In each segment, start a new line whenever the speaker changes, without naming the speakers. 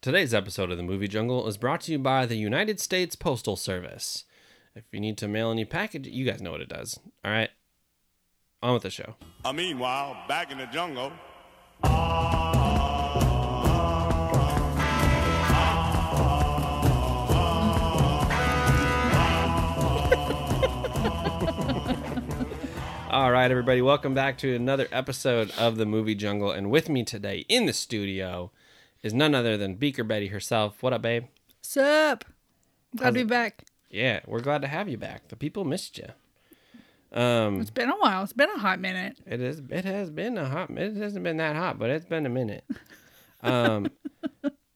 Today's episode of the Movie Jungle is brought to you by the United States Postal Service. If you need to mail any package, you guys know what it does. All right, on with the show.
Uh, meanwhile, back in the jungle.
All right, everybody, welcome back to another episode of the Movie Jungle. And with me today in the studio is none other than Beaker Betty herself. What up, babe?
Sup? Glad to be back.
Yeah, we're glad to have you back. The people missed you.
It's been a while. It's been a hot minute.
It is. It has been a hot. It hasn't been that hot, but it's been a minute. Um,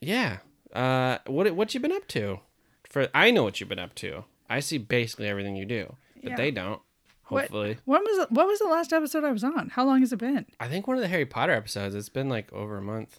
yeah. Uh, what what you been up to? For I know what you've been up to. I see basically everything you do, but
Yeah.
they don't.
What-
Hopefully,
When was what was the last episode I was on? How long has it been?
I think one of the Harry Potter episodes. It's been like over a month.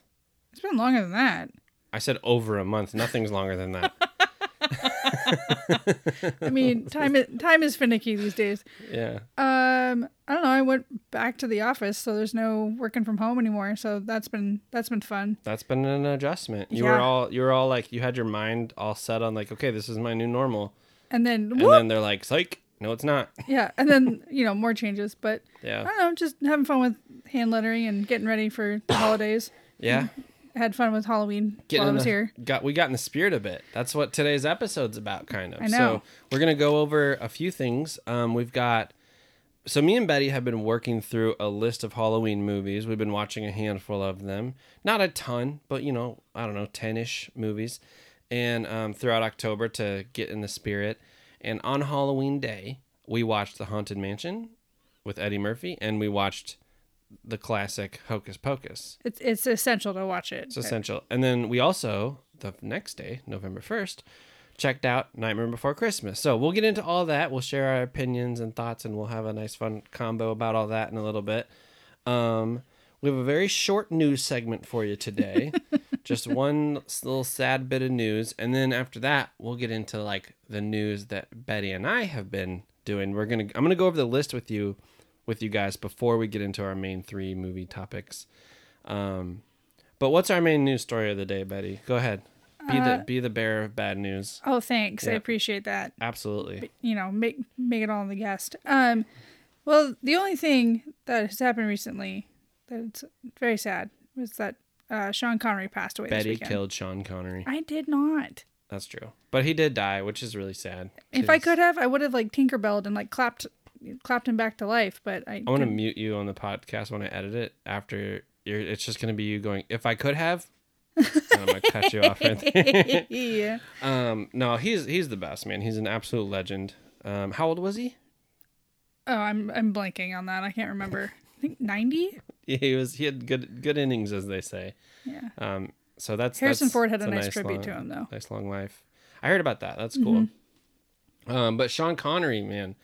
It's been longer than that.
I said over a month. Nothing's longer than that.
I mean, time is, time is finicky these days.
Yeah.
Um, I don't know. I went back to the office, so there's no working from home anymore. So that's been that's been fun.
That's been an adjustment. You were
Yeah.
all you were all like you had your mind all set on like okay this is my new normal,
And then,
and
whoop,
then they're like psych no it's not
yeah, and then you know more changes. But I
yeah
don't know, just having fun with hand lettering and getting ready for the holidays.
yeah
I had fun with Halloween
getting
while I
in
was
the-
here.
Got we got in the spirit of it. That's what today's episode's about, kind of.
I know.
So we're gonna go over a few things. Um, we've got so me and Betty have been working through a list of Halloween movies. We've been watching a handful of them, not a ton, but you know, I don't know, ten ish movies, and um, throughout October to get in the spirit. And on Halloween Day, we watched The Haunted Mansion with Eddie Murphy, and we watched the classic Hocus Pocus.
It's it's essential to watch it.
It's essential. And then we also, the next day, November 1st, checked out Nightmare Before Christmas. So we'll get into all that. We'll share our opinions and thoughts, and we'll have a nice, fun combo about all that in a little bit. Um, we have a very short news segment for you today. Just one s- little sad bit of news. And then after that, we'll get into like the news that Betty and I have been doing. We're going to, I'm going to go over the list with you, with you guys before we get into our main three movie topics. Um, but what's our main news story of the day, Betty? Go ahead. Be
Uh,
the be the bearer of bad news.
Oh, thanks. I
Yeah.
appreciate that.
Absolutely.
you know make make it all on the guest um well the only thing that has happened recently that's very sad was that uh sean connery passed away this
Betty
weekend.
killed Sean Connery.
i did not
That's true. But he did die, which is really sad.
if i
'cause-
could have i would have like tinkerbelled and like clapped clapped him back to life but i,
I want to
couldn't.
mute you on the podcast when I edit it. After you're, it's just gonna be you going. If I could have, and I'm gonna cut you off right there.
yeah
Um, no, he's he's the best man. He's an absolute legend. Um, how old was he?
oh i'm i'm blanking on that i can't remember i think 90
He was he had good good innings, as they say.
yeah
Um, so that's
Harrison
that's-
Ford had
that's
a nice tribute
long-
to him, though.
Nice long life. I heard about that. That's cool.
Mm-hmm.
Um, but Sean Connery, man,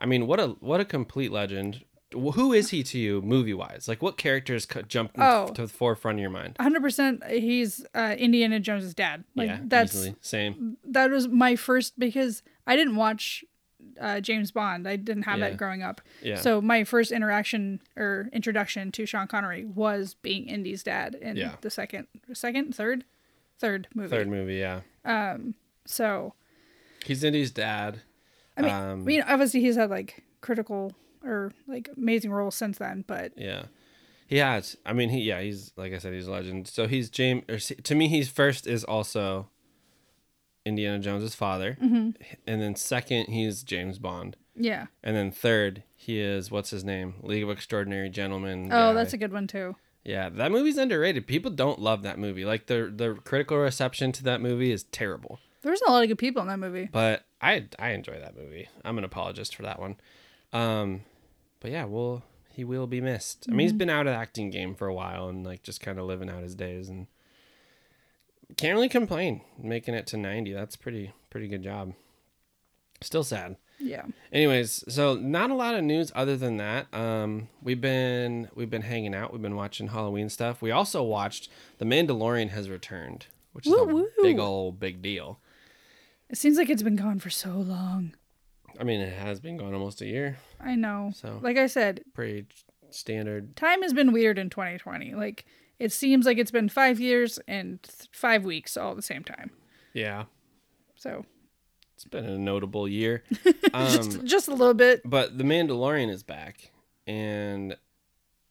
I mean, what a what a complete legend. Wh- Who is he to you, movie wise? Like, what characters co- jump
Oh.
to the forefront of your mind?
100% he's uh indiana jones's dad like
yeah,
that's
easily. same.
that was my first because I didn't watch uh, James Bond. I didn't have
Yeah.
that growing up.
Yeah.
So my first interaction or introduction to Sean Connery was being Indy's dad in
Yeah.
the second, second, third, third movie.
Third movie, yeah.
So
He's Indy's dad.
I mean,
Um,
I mean, obviously he's had like critical or like amazing roles since then, but
Yeah. He has. I mean, he yeah. He's like I said, he's a legend. So he's James. Or, s- to me, he's first is also Indiana Jones's father,
Mm-hmm.
and then second he's James Bond.
yeah.
And then third, he is what's his name? League of Extraordinary Gentlemen. guy.
Oh, that's a good one too.
yeah. That movie's underrated. People don't love that movie. Like the the critical reception to that movie is terrible.
There's a lot of good people in that movie.
But I I enjoy that movie. I'm an apologist for that one. Um, but yeah, well he will be missed. I mean, he's been out of the acting game for a while and like just kind of living out his days and can't really complain making it to 90. That's pretty pretty good job. Still sad.
Yeah.
Anyways, so not a lot of news other than that. Um, we've been we've been hanging out. We've been watching Halloween stuff. We also watched The Mandalorian has returned, which is a
Woo-woo.
big old big deal.
It seems like it's been gone for so long.
I mean, it has been gone almost a year.
I know.
So-
like I said,
Pretty standard.
time has been weird in 2020 like It seems like it's been five years and th- five weeks all at the same time.
Yeah.
So
It's been a notable year. Um,
just just a little bit.
But The Mandalorian is back, and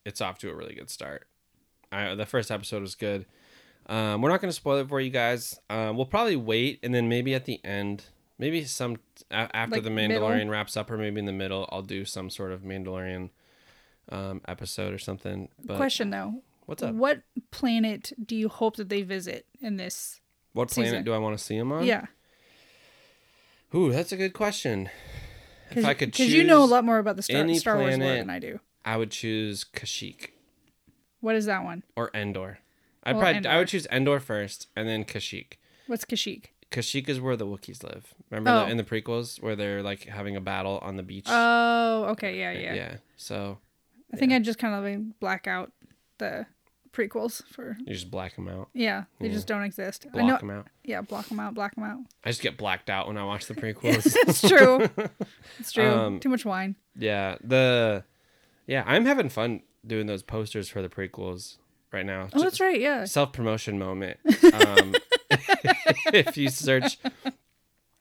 it's off to a really good start. I, the first episode was good. Um, we're not going to spoil it for you guys. Um, we'll probably wait, and then maybe at the end, maybe some a- after
Like
The
middle?
Mandalorian wraps up, or maybe in the middle, I'll do some sort of Mandalorian um, episode or something. But
Question though,
what's up?
what planet do you hope that they visit in this?
What planet
season?
do I want to see him on?
yeah,
Ooh, that's a good question. If I could choose,
you know a lot more about the Star,
any
Star Wars lore
planet-
than I do.
I would choose Kashyyyk.
What is that one?
or Endor. I'd
Well,
probably I
Oh, Endor.
would choose Endor first, and then Kashyyyk.
What's Kashyyyk?
Kashyyyk is where the Wookiees live. Remember
Oh.
the, in the prequels where they're like having a battle on the beach.
Oh, okay, yeah, yeah.
So
I think I just kind of like black out the prequels for.
you just black them out,
Yeah, they just don't exist. I
Mm. block
know.
them out.
Yeah, block them out, black them out.
I just get blacked out when I watch the prequels.
it's true. It's true.
Um,
Too much wine.
yeah. The yeah, I'm having fun doing those posters for the prequels right now.
Oh, that's right. Yeah.
self promotion moment. Um, if you search,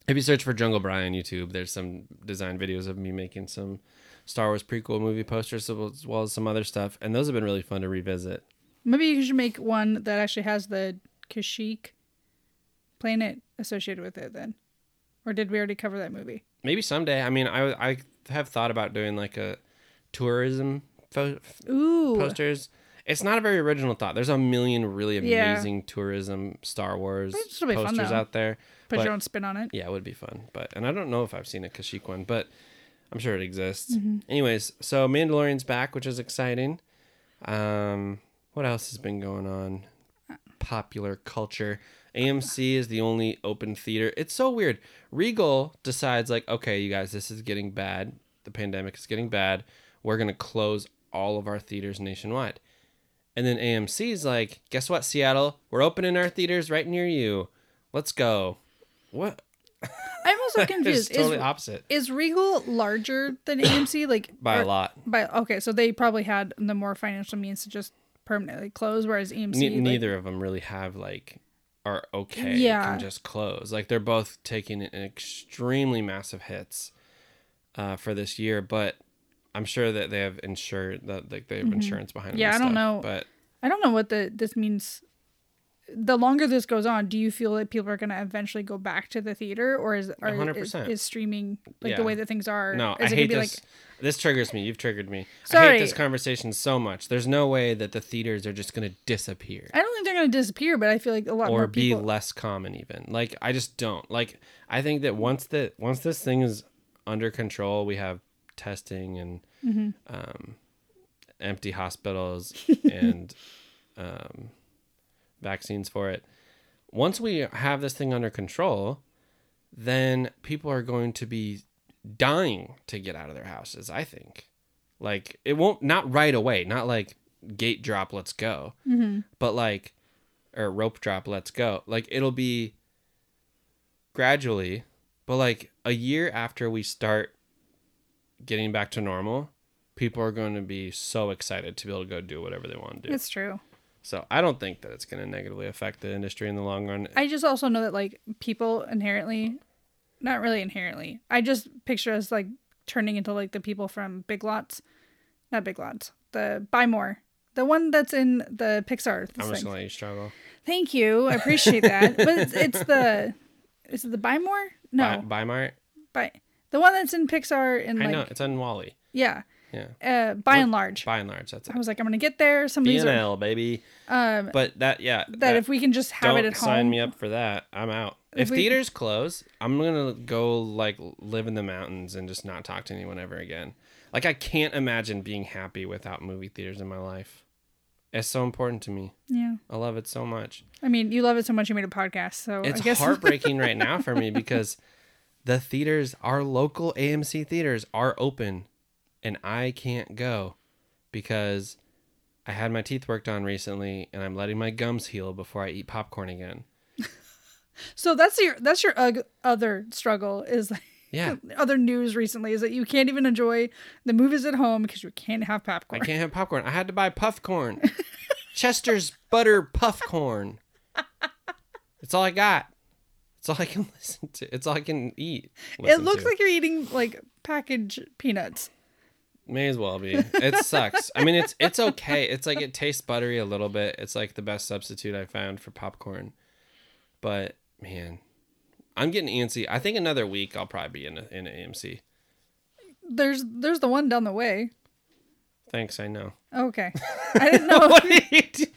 if you search for Jungle Brian YouTube, there's some design videos of me making some Star Wars prequel movie posters as well as some other stuff, and those have been really fun to revisit.
Maybe you should make one that actually has the Kashyyyk planet associated with it then. Or did we already cover that movie?
Maybe someday. I mean, I I have thought about doing like a tourism fo-
Ooh.
posters. It's not a very original thought. There's a million really
Yeah.
amazing tourism Star Wars
This will be fun,
posters
though.
out there.
Put
but-
your own spin on it.
Yeah, it would be fun. But and I don't know if I've seen a Kashyyyk one, but I'm sure it exists. Anyways, so Mandalorian's back, which is exciting. Um, what else has been going on? Popular culture. AMC is the only open theater. It's so weird. Regal decides like, okay, you guys, this is getting bad. The pandemic is getting bad. We're gonna close all of our theaters nationwide. And then AMC's like, guess what, Seattle? We're opening our theaters right near you. Let's go. What?
I'm also
It's
confused.
totally
is,
opposite
is Regal larger than AMC? Like
by
or-
a lot.
By okay, so they probably had the more financial means to just permanently close, whereas AMC
Ne-
like-
neither of them really have like are okay.
Yeah.
can just close. Like they're both taking an extremely massive hits uh, for this year, but I'm sure that they have insured that like they have insurance behind. them
Mm-hmm. Yeah,
and
I don't
stuff,
know.
but
I don't know what the this means. The longer this goes on, do you feel that people are going to eventually go back to the theater, or is are, is,
100%.
is streaming like
Yeah.
the way that things are?
no,
is
I
it
hate
gonna be
this. this triggers me. You've triggered me. I
Sorry.
hate this conversation so much. There's no way that the theaters are just gonna disappear.
Like, I don't think they're going to disappear, but I feel like a lot
or
more
be
people.
less common even like i just don't like i think that once that once this thing is under control we have testing and um,
Mm-hmm.
empty hospitals and um, vaccines for it once we have this thing under control then people are going to be dying to get out of their houses i think like it won't not right away not like gate drop let's go
Mm-hmm.
but like or rope drop let's go like it'll be gradually but like a year after we start getting back to normal people are going to be so excited to be able to go do whatever they want to do
It's true.
so i don't think that it's going to negatively affect the industry in the long run
I just also know that like people inherently, not really inherently. I just picture us like turning into like the people from Big Lots, not Big Lots, the Buy More, the one that's in the Pixar.
i'm
thing.
just going to let you struggle
Thank you. I appreciate that. but it's, it's the is it the Buy More? No,
by, mart
buy, the one that's in Pixar and
i
like
know it's on wally
yeah,
yeah
uh, by and large.
by and large that's it
I was like, I'm gonna get there. Some of these are
bnl baby um but that yeah
that, if we can just have
don't
it at home.
sign me up for that. I'm out. If,
we-
theaters close, I'm gonna go like live in the mountains and just not talk to anyone ever again. Like I can't imagine being happy without movie theaters in my life. It's so important to me.
Yeah,
I love it so much.
I mean, you love it so much you made a podcast. So
It's
I guess
heartbreaking right now for me because the theaters, our local AMC theaters, are open, and I can't go because I had my teeth worked on recently, and I'm letting my gums heal before I eat popcorn again.
so. That's your that's your ug- other struggle is like
Yeah.
other news recently is that you can't even enjoy the movies at home because you can't have
I
popcorn.
can't have popcorn. I had to buy puff corn. Chester's butter puff corn. It's all I got. It's all I can listen to. It's all I can eat.
It
listen
looks
to.
like you're eating like packaged peanuts.
may as well be. It sucks. I mean, it's it's okay. It's like it tastes buttery a little bit. It's like the best substitute I found for popcorn. But man, I'm getting antsy. I think another week I'll probably be in a, in an AMC.
There's there's the one down the way.
Thanks, I know.
Okay. I didn't know.
What are you doing?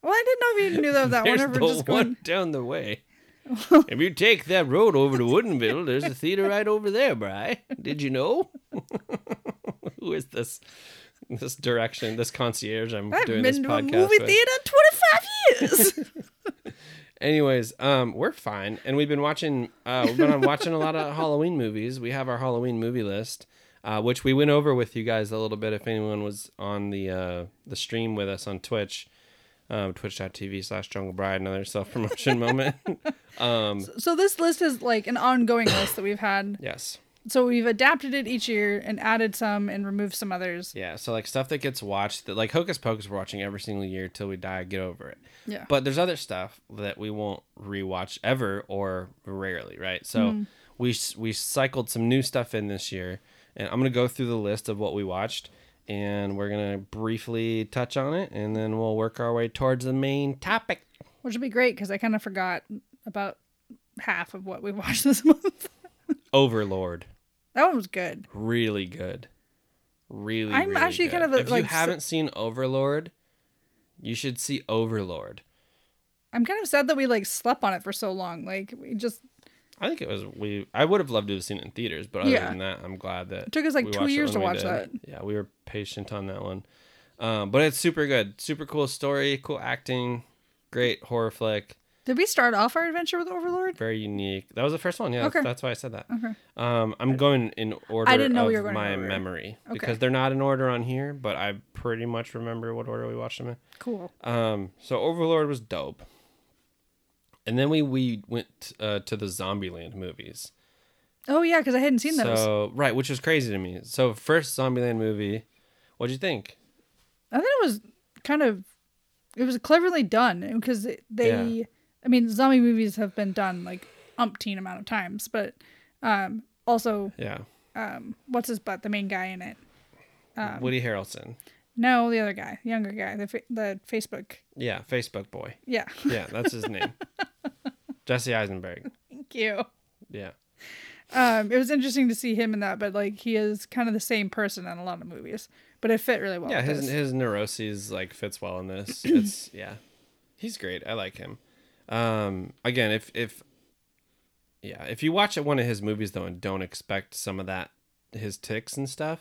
Well, I didn't know if you knew that that
There's
one
the
ever just
one
going.
down the way. if you take that road over to Woodenville, there's a theater right over there, Bry. Did you know? Who is this? This direction, this concierge I'm
I haven't
doing this
been to a
podcast
movie
with.
theater in 25 years.
Anyways, um, we're fine, and we've been watching. Uh, we've been on watching a lot of Halloween movies. We have our Halloween movie list, uh, which we went over with you guys a little bit. If anyone was on the uh, the stream with us on Twitch, um, twitch.tv slash Jungle Bride, another self promotion moment. um,
so this list is like an ongoing list that we've had.
yes,
So we've adapted it each year and added some and removed some others.
yeah. So like stuff that gets watched, that like Hocus Pocus, we're watching every single year till we die. Get over it.
Yeah.
But there's other stuff that we won't rewatch ever or rarely, right? So
Mm-hmm.
we we cycled some new stuff in this year, and I'm gonna go through the list of what we watched, and we're gonna briefly touch on it, and then we'll work our way towards the main topic.
Which would be great because I kind of forgot about half of what we watched this month.
Overlord,
that one was good.
really good, really.
I'm
really
actually
good.
kind of a-
if
like,
you
s-
haven't seen Overlord, you should see Overlord.
I'm kind of sad that we like slept on it for so long. Like we just
I think it was we. I would have loved to have seen it in theaters, but other
Yeah.
than that, I'm glad that
It took us, like,
we
two
watched it
years
when
to
we
watch
did. Yeah, we were patient on that one, um, but it's super good, super cool story, cool acting, great horror flick,
did we start off our adventure with Overlord?
very unique. That was the first one. Yeah,
Okay.
that's, that's why I said that.
Okay.
Um, I'm going in order.
didn't know
of
we were going in
my
order.
memory
Okay.
because they're not in order on here, but I pretty much remember what order we watched them in.
Cool.
Um, so Overlord was dope, and then we we went uh, to the Zombieland movies.
Oh yeah, because I hadn't seen those.
So right, which was crazy to me. So first Zombieland movie, what'd you think?
I think it was kind of it was cleverly done because it- they
Yeah.
I mean zombie movies have been done like umpteen amount of times, but um also
Yeah,
um what's his butt the main guy in it Um,
Woody Harrelson.
no the other guy the younger guy the fa- the Facebook
Yeah, Facebook boy.
yeah
Yeah, that's his name. Jesse Eisenberg.
thank you
Yeah,
um it was interesting to see him in that but like he is kind of the same person in a lot of movies but it fit really well
yeah.
with
His
this.
his neuroses like fits well in this. It's yeah, he's great. I like him. Um, again, if if yeah, if you watch one of his movies though and don't expect some of that his ticks and stuff,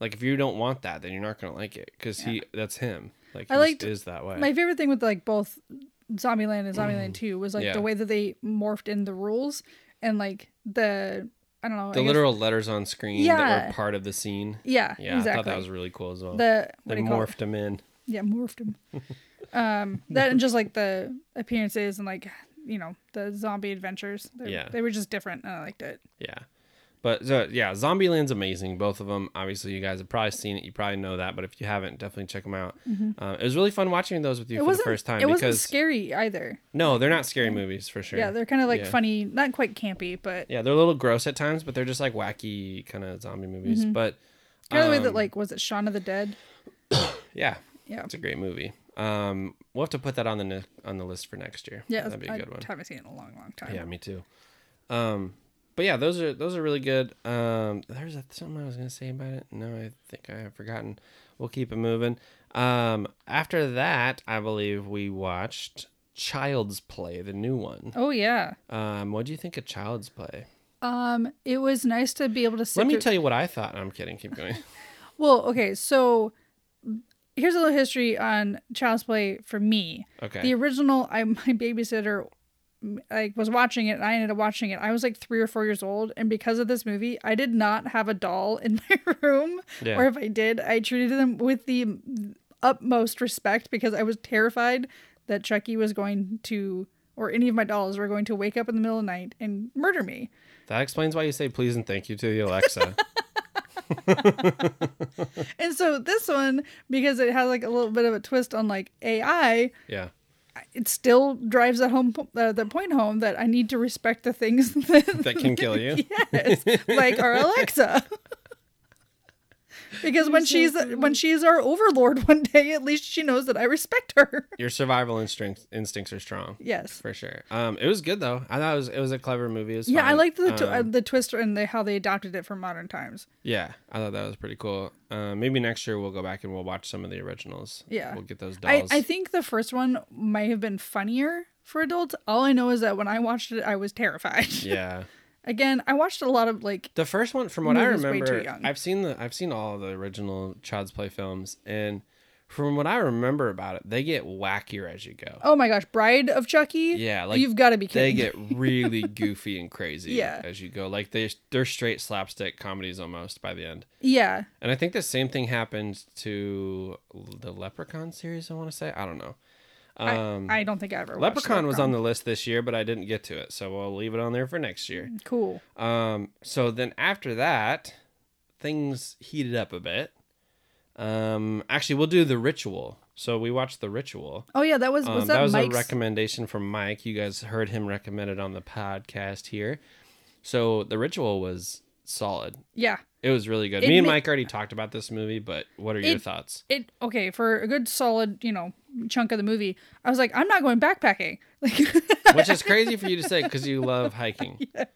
like if you don't want that, then you're not gonna like it because he that's him. Like
I
he
liked-
just is that way.
my favorite thing with like both Zombieland and Zombieland 2 was like
Mm. Yeah.
the way that they morphed in the rules and like the I don't know I
the
guess-
literal letters on screen that
Yeah.
were part of the scene.
yeah,
Yeah,
exactly
I thought that was really cool as well.
the what
they
do you call it?
morphed them in.
yeah morphed him um that and just like the appearances and like you know the zombie adventures they,
Yeah.
they were just different and I liked it
Yeah. But so, yeah, Zombieland's amazing. Both of them, obviously, you guys have probably seen it. You probably know that, but if you haven't, definitely check them out. Um, it was really fun watching those with you
Mm-hmm.
for
it
the
wasn't
first time
it
because
wasn't scary either
no, they're not scary movies for sure.
yeah they're kind of like
Yeah.
funny not quite campy but
yeah, they're a little gross at times, but they're just like wacky kind of zombie movies.
Mm-hmm.
But
kind of the way that
um,
like was it Shaun of the Dead
yeah,
yeah
it's a great movie. Um, we'll have to put that on the ne- on the list for next year.
yeah
that'd be a
I
good one.
haven't seen it in a long long time
Yeah, me too. Um, but yeah, those are those are really good. Um, there's a, something I was gonna say about it. No, I think I have forgotten. We'll keep it moving. Um, after that, I believe we watched Child's Play, the new one.
oh yeah
Um, what do you think of Child's Play?
Um, it was nice to be able to sit.
Let me
through-
tell you what I thought. I'm kidding. Keep going.
well, okay, so here's a little history on Child's Play for me.
Okay.
The original, I my babysitter like was watching it. and I ended up watching it. I was like three or four years old, and because of this movie, I did not have a doll in my room.
Yeah.
Or if I did, I treated them with the utmost respect because I was terrified that Chucky was going to, or any of my dolls were going to wake up in the middle of the night and murder me.
That explains why you say please and thank you to the Alexa.
And so this one, because it has like a little bit of a twist on like AI,
Yeah.
it still drives that home uh, the point home that I need to respect the things that,
That can kill you.
yes, like our Alexa. because when she's when she's our overlord one day, at least she knows that I respect her.
Your survival instincts instincts are strong.
Yes.
For sure. Um, it was good though. I thought it was it was a clever movie. It was
Yeah, I
fun.
liked the tw- uh,
Um,
the twist and the, how they adopted it for modern times.
yeah, I thought that was pretty cool. Um, maybe next year we'll go back and we'll watch some of the originals.
Yeah.
we'll get those
I,
dolls.
I think the first one might have been funnier for adults. All I know is that when I watched it, I was terrified.
yeah,
Again, I watched a lot of like
the first one, from what I
Movie's way too
remember,
young.
I've seen the I've seen all of the original Child's Play films, and from what I remember about it, they get wackier as you go.
Oh my gosh, Bride of Chucky.
Yeah, like,
you've got to be
they
kidding.
get really goofy and crazy
Yeah.
as you go. Like they they're straight slapstick comedies almost by the end.
yeah,
And I think the same thing happened to the Leprechaun series. I want to say I don't know. Um,
I don't think I ever. watched
Leprechaun was on the list this year, but I didn't get to it, so we'll leave it on there for next year.
cool.
Um, so then after that, things heated up a bit. Um, actually, we'll do the ritual. So we watched the ritual.
Oh yeah, that was
Um,
was that,
that was
Mike's?
a recommendation from Mike. You guys heard him recommend it on the podcast here. So the ritual was solid.
yeah,
It was really good.
It
Me and
ma-
Mike already talked about this movie, but what are your
It-
thoughts?
it okay for a good solid you know chunk of the movie. I was like, I'm not going backpacking. Like,
Which is crazy for you to say because you love hiking. I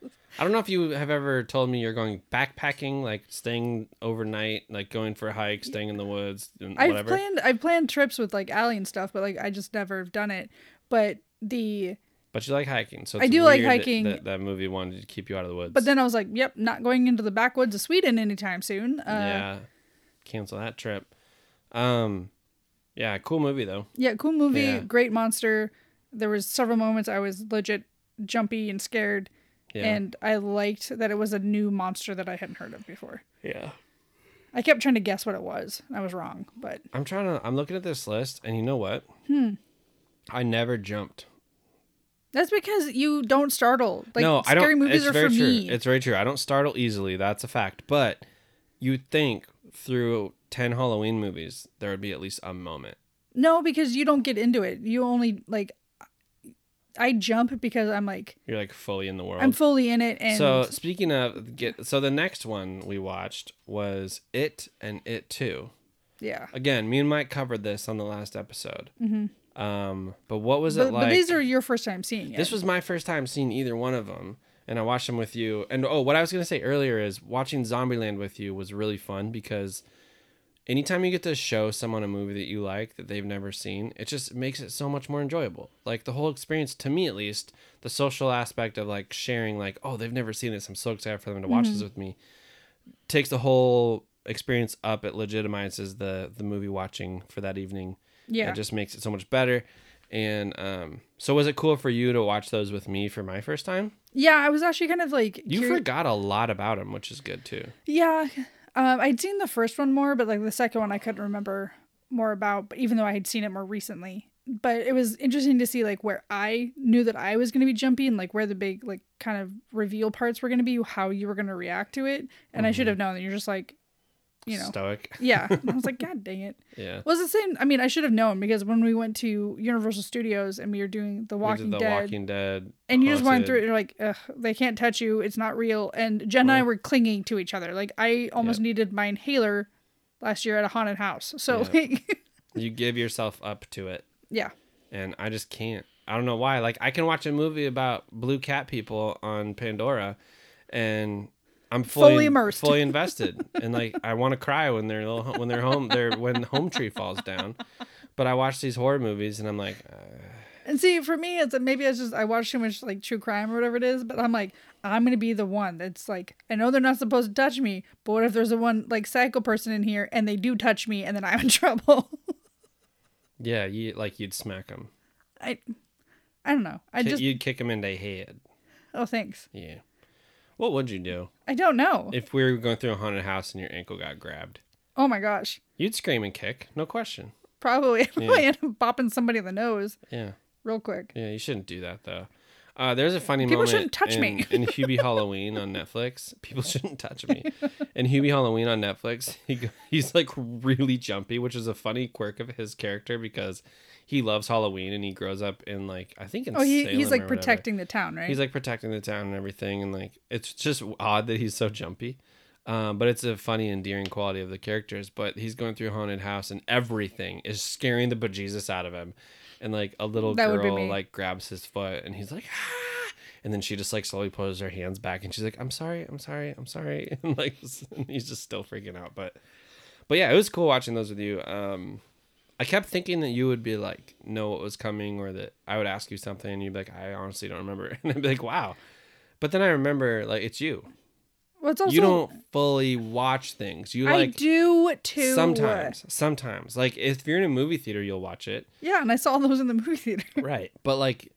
don't know if you have ever told me you're going backpacking, like staying overnight, like going for a hike, staying in the woods, and
I've
whatever.
planned I've planned trips with like Allie and stuff, but like I just never have done it. But the
But you like hiking, so
I
it's
do like
weird that-
hiking.
That, that movie wanted to keep you out of the woods.
but then I was like, yep, not going into the backwoods of Sweden anytime soon. Uh, yeah.
yeah, cancel that trip. Um, yeah, cool movie though.
cool movie,
Yeah.
great monster. There was several moments I was legit jumpy and scared.
Yeah,
And I liked that it was a new monster that I hadn't heard of before.
yeah.
I kept trying to guess what it was. I was wrong, but
I'm trying to. I'm looking at this list, and you know what? Hmm. I never jumped.
that's because you don't startle. Like
no,
scary
I don't.
movies
it's
are
very
for
true.
me.
It's very true. I don't startle easily. That's a fact. But you think through ten Halloween movies, there would be at least a moment.
No, because you don't get into it. You only like I jump because I'm like
You're like fully in the world.
I'm fully in it and
so speaking of get, so the next one we watched was It and It Too.
yeah.
Again, me and Mike covered this on the last episode. Mm-hmm. Um, but what was
But,
it like?
but these are your first time seeing it.
This was my first time seeing either one of them, and I watched them with you. And oh, what I was gonna say earlier is watching Zombieland with you was really fun because anytime you get to show someone a movie that you like that they've never seen, it just makes it so much more enjoyable. Like the whole experience, to me at least, the social aspect of like sharing, like oh they've never seen this, I'm so excited for them to watch this with me, takes the whole experience up. It legitimizes the the movie watching for that evening.
Yeah.
It just makes it so much better. And um, so was it cool for you to watch those with me for my first time?
yeah, I was actually kind of like
You
curi-
forgot a lot about them, which is good too.
Yeah. Um, I'd seen the first one more, but like the second one I couldn't remember more about, but even though I had seen it more recently. But it was interesting to see like where I knew that I was gonna be jumpy and like where the big like kind of reveal parts were gonna be, how you were gonna react to it. And I should
Mm-hmm.
have known that you're just like you know
Stoic.
Yeah. And I was like, God dang it.
Yeah.
Was the same I mean, I should have known because when we went to Universal Studios and we were doing the Walking
we did the
Dead
Walking Dead.
and you just
Haunted.
went through it and you're like Ugh, they can't touch you it's not real and jen and i
Well-
were clinging to each other like i almost
Yep.
needed my inhaler last year at a haunted house so
Yep.
like
You give yourself up to it,
yeah
and I just can't. I don't know why. Like I can watch a movie about blue cat people on Pandora, and I'm fully,
Fully immersed.
fully invested, and like I want to cry when they're little, when they're home, they're when home tree falls down. But I watch these horror movies, and I'm like,
and see for me it's maybe it's just i watch too much like true crime or whatever it is but i'm like i'm gonna be the one that's like i know they're not supposed to touch me but what if there's a one like psycho person in here and they do touch me and then i'm in trouble
yeah, you like you'd smack them.
i i don't know i
Ki-
just
you'd kick them in their head.
oh thanks
Yeah. What would you do
i don't know
if we were going through a haunted house and your ankle got grabbed?
oh my gosh
You'd scream and kick, no question.
probably i end up bopping somebody in the nose
Yeah.
real quick
Yeah, you shouldn't do that though. Uh, there's a funny
People
moment.
shouldn't touch
in,
me.
in Hubie Halloween on Netflix. People shouldn't touch me. In Hubie Halloween on Netflix, he go- he's like really jumpy, which is a funny quirk of his character because he loves Halloween and he grows up in like I think in
Oh, he,
Salem
he's
or
like
whatever.
protecting the town, right?
He's like protecting the town and everything, and like it's just odd that he's so jumpy. Um, but it's a funny, endearing quality of the characters. But he's going through a haunted house, and everything is scaring the bejesus out of him. And like a little
That would be
girl
me.
like grabs his foot, and he's like, ah! and then she just like slowly pulls her hands back, and she's like, "I'm sorry, I'm sorry, I'm sorry," and like he's just still freaking out. But but yeah, it was cool watching those with you. Um, I kept thinking that you would be like, know what was coming, or that I would ask you something, and you'd be like, I honestly don't remember. And I'd be like, wow. But then I remember, like, it's you.
well, it's also
you don't fully watch things. You
I
like
do too.
sometimes, sometimes. Like, if you're in a movie theater, you'll watch it.
Yeah, and I saw those in the movie theater.
Right. But like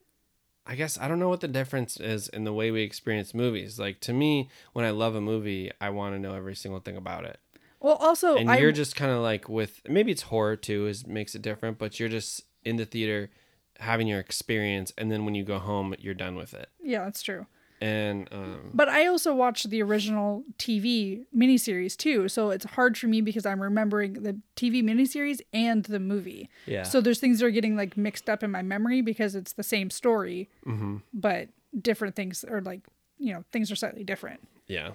I guess I don't know what the difference is in the way we experience movies. Like to me, when I love a movie, I want to know every single thing about it.
Well, also
And
I
you're just kind of like with maybe it's horror too is makes it different, but you're just in the theater having your experience and then when you go home, you're done with it.
yeah, that's true.
And um
But I also watched the original TV miniseries too, so it's hard for me because I'm remembering the TV miniseries and the movie.
yeah.
So there's things that are getting like mixed up in my memory because it's the same story,
Mm-hmm.
but different things are like you know things are slightly different.
Yeah.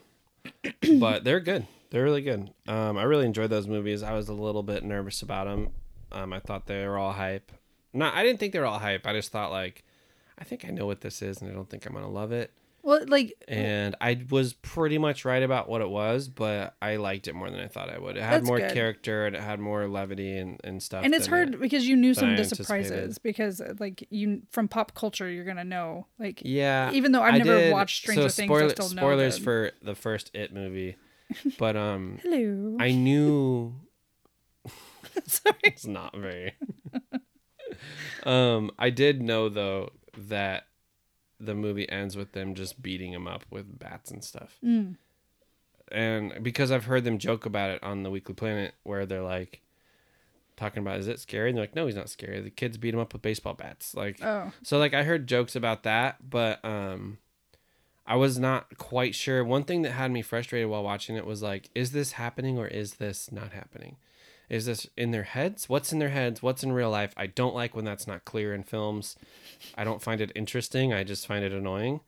but they're good. They're really good. Um, I really enjoyed those movies. I was a little bit nervous about them. Um, I thought they were all hype. No, I didn't think they were all hype. I just thought like, I think I know what this is, and I don't think I'm gonna love it.
Well, like
And I was pretty much right about what it was, but I liked it more than I thought I would. It had
That's
more
good.
character and it had more levity and, and stuff.
and it's
than it-
hard because you knew some of
I
the
anticipated.
surprises because uh, like you from pop culture you're gonna know like
Yeah.
even though I've
I
never
did-
watched Stranger Things, I
spoiler-
still know
spoilers
the-
for the first It movie. But um,
hello
I knew
sorry
It's not very. um, I did know though that the movie ends with them just beating him up with bats and stuff. And because I've heard them joke about it on the Weekly Planet, where they're like talking about, "Is it scary?" And they're like, "No, he's not scary. The kids beat him up with baseball bats." Like,
oh
so like I heard jokes about that, but um I was not quite sure. One thing that had me frustrated while watching it was like, is this happening or is this not happening? Is this in their heads? What's in their heads? What's in real life? I don't like when that's not clear in films. I don't find it interesting. I just find it annoying.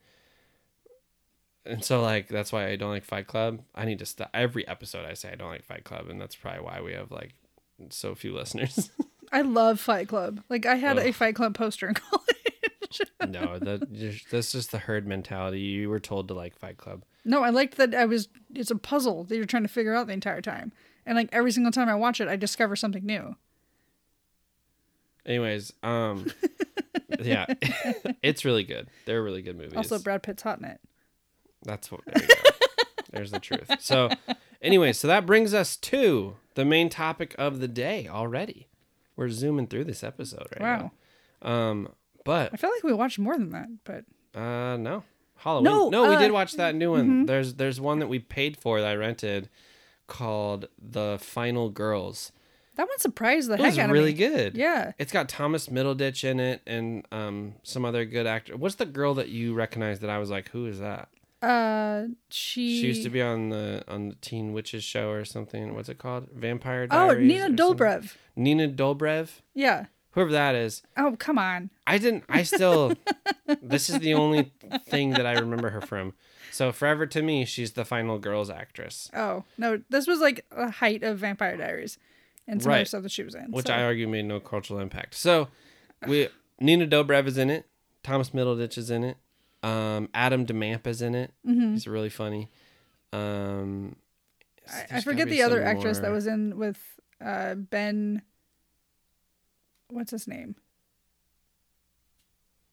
And so like that's why I don't like Fight Club. I need to stop every episode I say I don't like Fight Club and that's probably why we have like so few listeners.
I love Fight Club. Like I had a
Ugh.
Fight Club poster in college.
No, that just- that's just the herd mentality. You were told to like Fight Club.
no, I liked that I was it's a puzzle that you're trying to figure out the entire time. And like every single time I watch it, I discover something new.
Anyways, um, yeah, it's really good. They're really good movies.
Also Brad Pitt's hot in it.
that's what. There you go. There's the truth. So, anyway, so that brings us to the main topic of the day already. We're zooming through this episode right
Wow.
now. Um, but
I feel like we watched more than that, but
Uh, no. Halloween. No,
No,
we
uh,
did watch that new one. There's there's one that we paid for that I rented called The Final Girls.
that one surprised the
It
heck
was
out of
really
me.
good.
Yeah.
It's got Thomas Middleditch in it and um some other good actor. What's the girl that you recognize that I was like, who is that?
Uh she
She used to be on the on the Teen Witches show or something. What's it called? Vampire
Oh,
Diaries.
Nina
or something.
Dobrev.
Nina Dobrev.
Yeah.
Whoever that is.
Oh, come on.
I didn't. I still. this is the only thing that I remember her from. So forever to me, she's the final girls actress,
Oh, no, this was like a height of Vampire Diaries and some
Right.
other stuff that she was in.
which
so-
I argue made no cultural impact. So we Nina Dobrev is in it. Thomas Middleditch is in it. Um, Adam DeMamp is in
Mm-hmm.
it. He's really funny. Um,
I, I
there's gotta
forget
be
the other
some
actress that
more.
was in with uh, Ben. What's his name?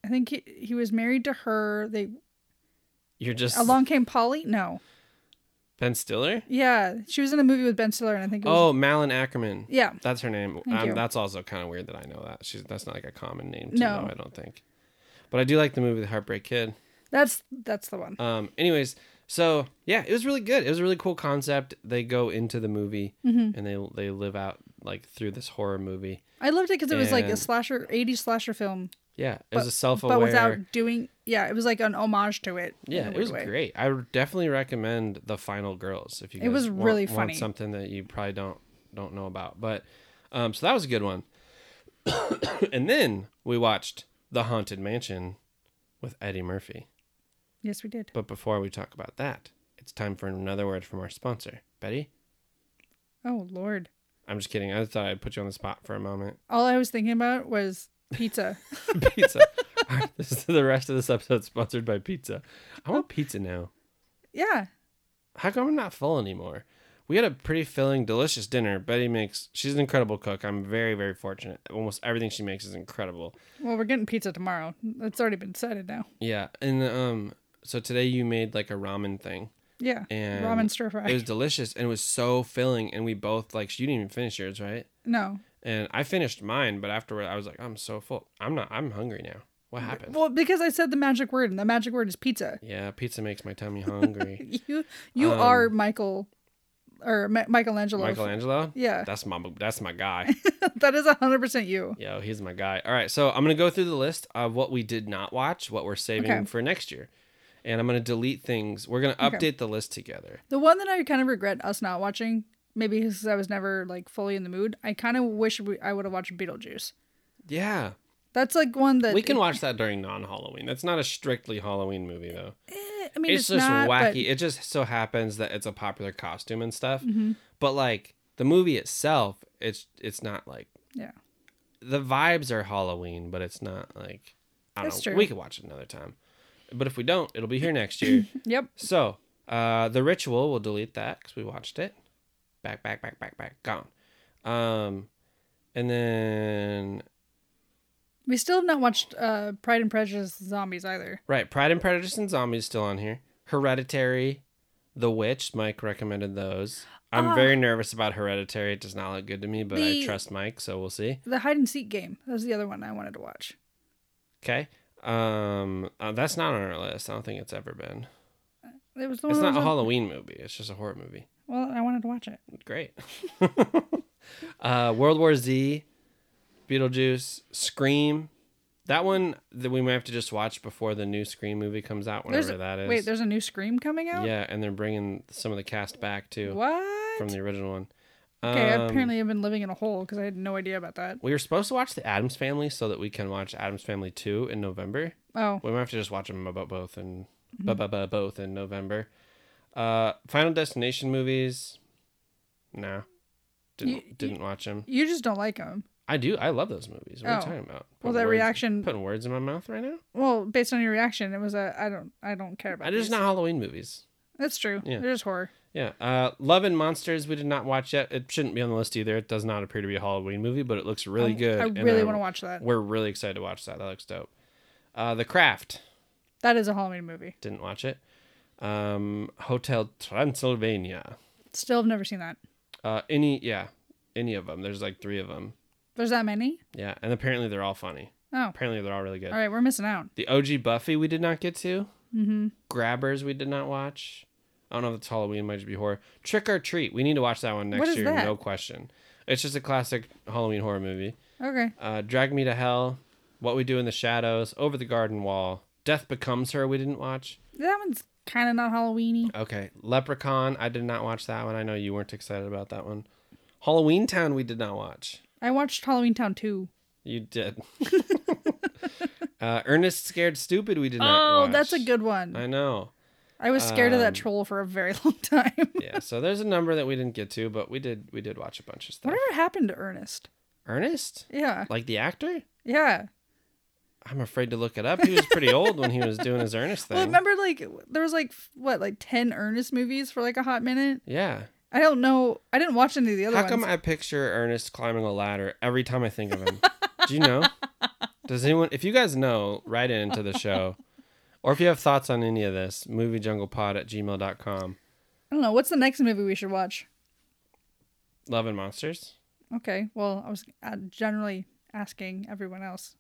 I think he, he was married to her. They
You're just
along came Polly. No,
Ben Stiller.
yeah, she was in a movie with Ben Stiller, and I think it was
Oh, Malin Ackerman.
yeah.
That's her name.
Thank
Um,
you.
that's also kind of weird that I know that. She's that's not like a common name. To
No.
know, I don't think. But I do like the movie The Heartbreak Kid.
That's that's the one.
Um, anyways, so yeah, it was really good. It was a really cool concept. They go into the movie
Mm-hmm.
and they they live out like through this horror movie.
I loved it because it was like a
and-
slasher, 80s slasher film,
Yeah, it was a
but
self-aware
without doing yeah, it was like an homage to it. in
Yeah,
a
it
weird
was
way.
great. I would definitely recommend the Final Girls if you.
It
Guys
was
want-
really
want
funny.
something that you probably don't don't know about, but um, so that was a good one. and then we watched The Haunted Mansion with Eddie Murphy.
Yes, we did.
But before we talk about that, it's time for another word from our sponsor, Betty.
Oh Lord,
I'm just kidding. I thought I'd put you on the spot for a moment.
all I was thinking about was pizza.
Pizza. All right, this is the rest of this episode sponsored by pizza. I want pizza now.
yeah,
how come I'm not full anymore? We had a pretty filling, delicious dinner. Betty makes, she's an incredible cook. I'm very, very fortunate. Almost everything she makes is incredible.
well, we're getting pizza tomorrow. That's already been decided now.
Yeah. And, um, so today you made like a ramen thing
Yeah,
and
ramen stir fry.
It was delicious and it was so filling. And we both, like, you didn't even finish yours, right?
no,
And I finished mine, but afterward I was like, I'm so full. I'm not, I'm hungry now. What happened?
well, because I said the magic word, and the magic word is pizza.
yeah, pizza makes my tummy hungry.
You you are Michael, or Mi- Michelangelo.
Um, Michelangelo?
Yeah.
That's my, that's my guy.
that is hundred percent you.
Yo, he's my guy. All right, so I'm gonna go through the list of what we did not watch, what we're saving
Okay.
for next year, and I'm gonna delete things. We're gonna
Okay.
update the list together.
The one that I kind of regret us not watching, maybe because I was never like fully in the mood. I kind of wish we, I would have watched Beetlejuice.
Yeah,
That's like one that
we can watch that during non-Halloween. That's not a strictly Halloween movie though.
eh, I mean,
it's,
it's,
just
not,
wacky.
but-
It just so happens that it's a popular costume and stuff.
Mm-hmm.
But like the movie itself, it's it's not like
yeah,
the vibes are Halloween, but it's not like I don't
That's
know.
true.
We could watch it another time, but if we don't, it'll be here next year.
yep.
So, uh, the ritual, we'll delete that because we watched it. Back, back, back, back, back, gone. Um, and then
We still have not watched uh, Pride and Prejudice Zombies either.
right, Pride and Prejudice and Zombies still on here. Hereditary, The Witch. Mike recommended those. I'm very nervous about Hereditary. It does not look good to me, but I
Oh. The-
trust Mike, so we'll see.
The hide and seek game. That was the other one I wanted to watch.
Okay. Um, uh, that's not on our list. I don't think it's ever been.
It was the
It's
one. that
not a
was on-
Halloween movie. It's just a horror movie.
Well, I wanted to watch it.
Great. uh, World War Z, Beetlejuice, Scream. That one that we might have to just watch before the new Scream movie comes out,
There's
whenever that is.
wait. There's a new Scream coming out.
yeah, and they're bringing some of the cast back too
What?
from the original one.
okay.
Um,
apparently, I've been living in a hole because I had no idea about that.
we were supposed to watch the Adams Family so that we can watch Adams Family Two in November.
Oh,
We might have to just watch them about both in bu-
Mm-hmm.
bu- bu- both in November. Uh, Final Destination movies. No, didn't
You- you-
didn't watch them.
you just don't like them.
I do. I love those movies. What are you
Oh.
talking about?
Well,
Putting
that
words-
reaction-
Putting words in my mouth right now.
Well, based on your reaction, it was a I don't I don't care about.
I just
these.
not Halloween movies.
That's true.
Yeah.
They're just horror.
Yeah. Uh, Love and Monsters. We did not watch yet. It shouldn't be on the list either. It does not appear to be a Halloween movie, but it looks really
I-
good.
Um, I
and
really want to watch that.
We're really excited to watch that. That looks dope. Uh, the Craft.
That is a Halloween movie.
Didn't watch it. Um, Hotel Transylvania.
Still have never seen that.
Uh, any yeah, any of them. There's like three of them.
There's that many?
Yeah, and apparently they're all funny.
Oh.
Apparently they're all really good.
All right, we're missing out.
The OG Buffy we did not get to. Mm-hmm. Grabbers we did not watch. I don't know if it's Halloween, might just be horror. Trick or Treat, we need to watch that one next
What is
year,
that?
no question. It's just a classic Halloween horror movie.
Okay.
Uh, Drag Me to Hell, What We Do in the Shadows, Over the Garden Wall, Death Becomes Her, we didn't watch.
That one's kind of not Halloweeny.
Okay, Leprechaun, I did not watch that one. I know you weren't excited about that one. Halloween Town, we did not watch.
I watched Halloween Town 2.
You did. uh, Ernest Scared Stupid, we did not
Oh,
watch.
that's a good one.
I um, know.
I was scared of that troll for a very long time.
yeah so there's a number that we didn't get to but we did we did watch a bunch of stuff
Whatever happened to Ernest?
ernest
Yeah.
like the actor
Yeah.
i'm afraid to look it up he was pretty old when he was doing his ernest thing
Well, remember like there was like what like 10 Ernest movies for like a hot minute?
yeah
I don't know. I didn't watch any of the other
how
ones.
come i picture ernest climbing a ladder every time i think of him do you know does anyone if you guys know write in to the show or if you have thoughts on any of this moviejunglepod at gmail.com
I don't know. What's the next movie we should watch?
love and monsters
Okay. Well, I was uh, generally asking everyone else,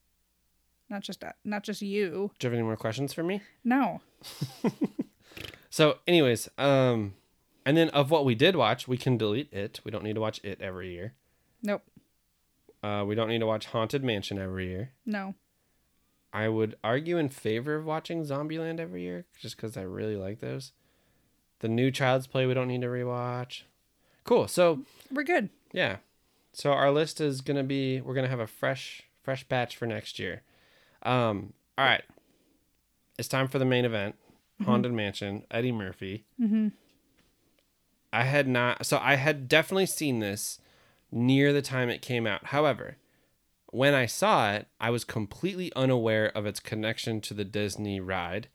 not just uh, not just you.
do you have any more questions for me
No.
So, anyways, um, and then of what we did watch, we can delete it. We don't need to watch it every year.
Nope.
Uh, we don't need to watch Haunted Mansion every year.
No.
I would argue in favor of watching Zombieland every year just because I really like those. The new Child's Play we don't need to rewatch. Cool. So
We're good.
yeah. So our list is gonna be we're gonna have a fresh fresh batch for next year. Um all right. It's time for the main event. Haunted Mansion, Eddie Murphy. Mm-hmm. I had not so I had definitely seen this near the time it came out. However, when I saw it, I was completely unaware of its connection to the Disney ride.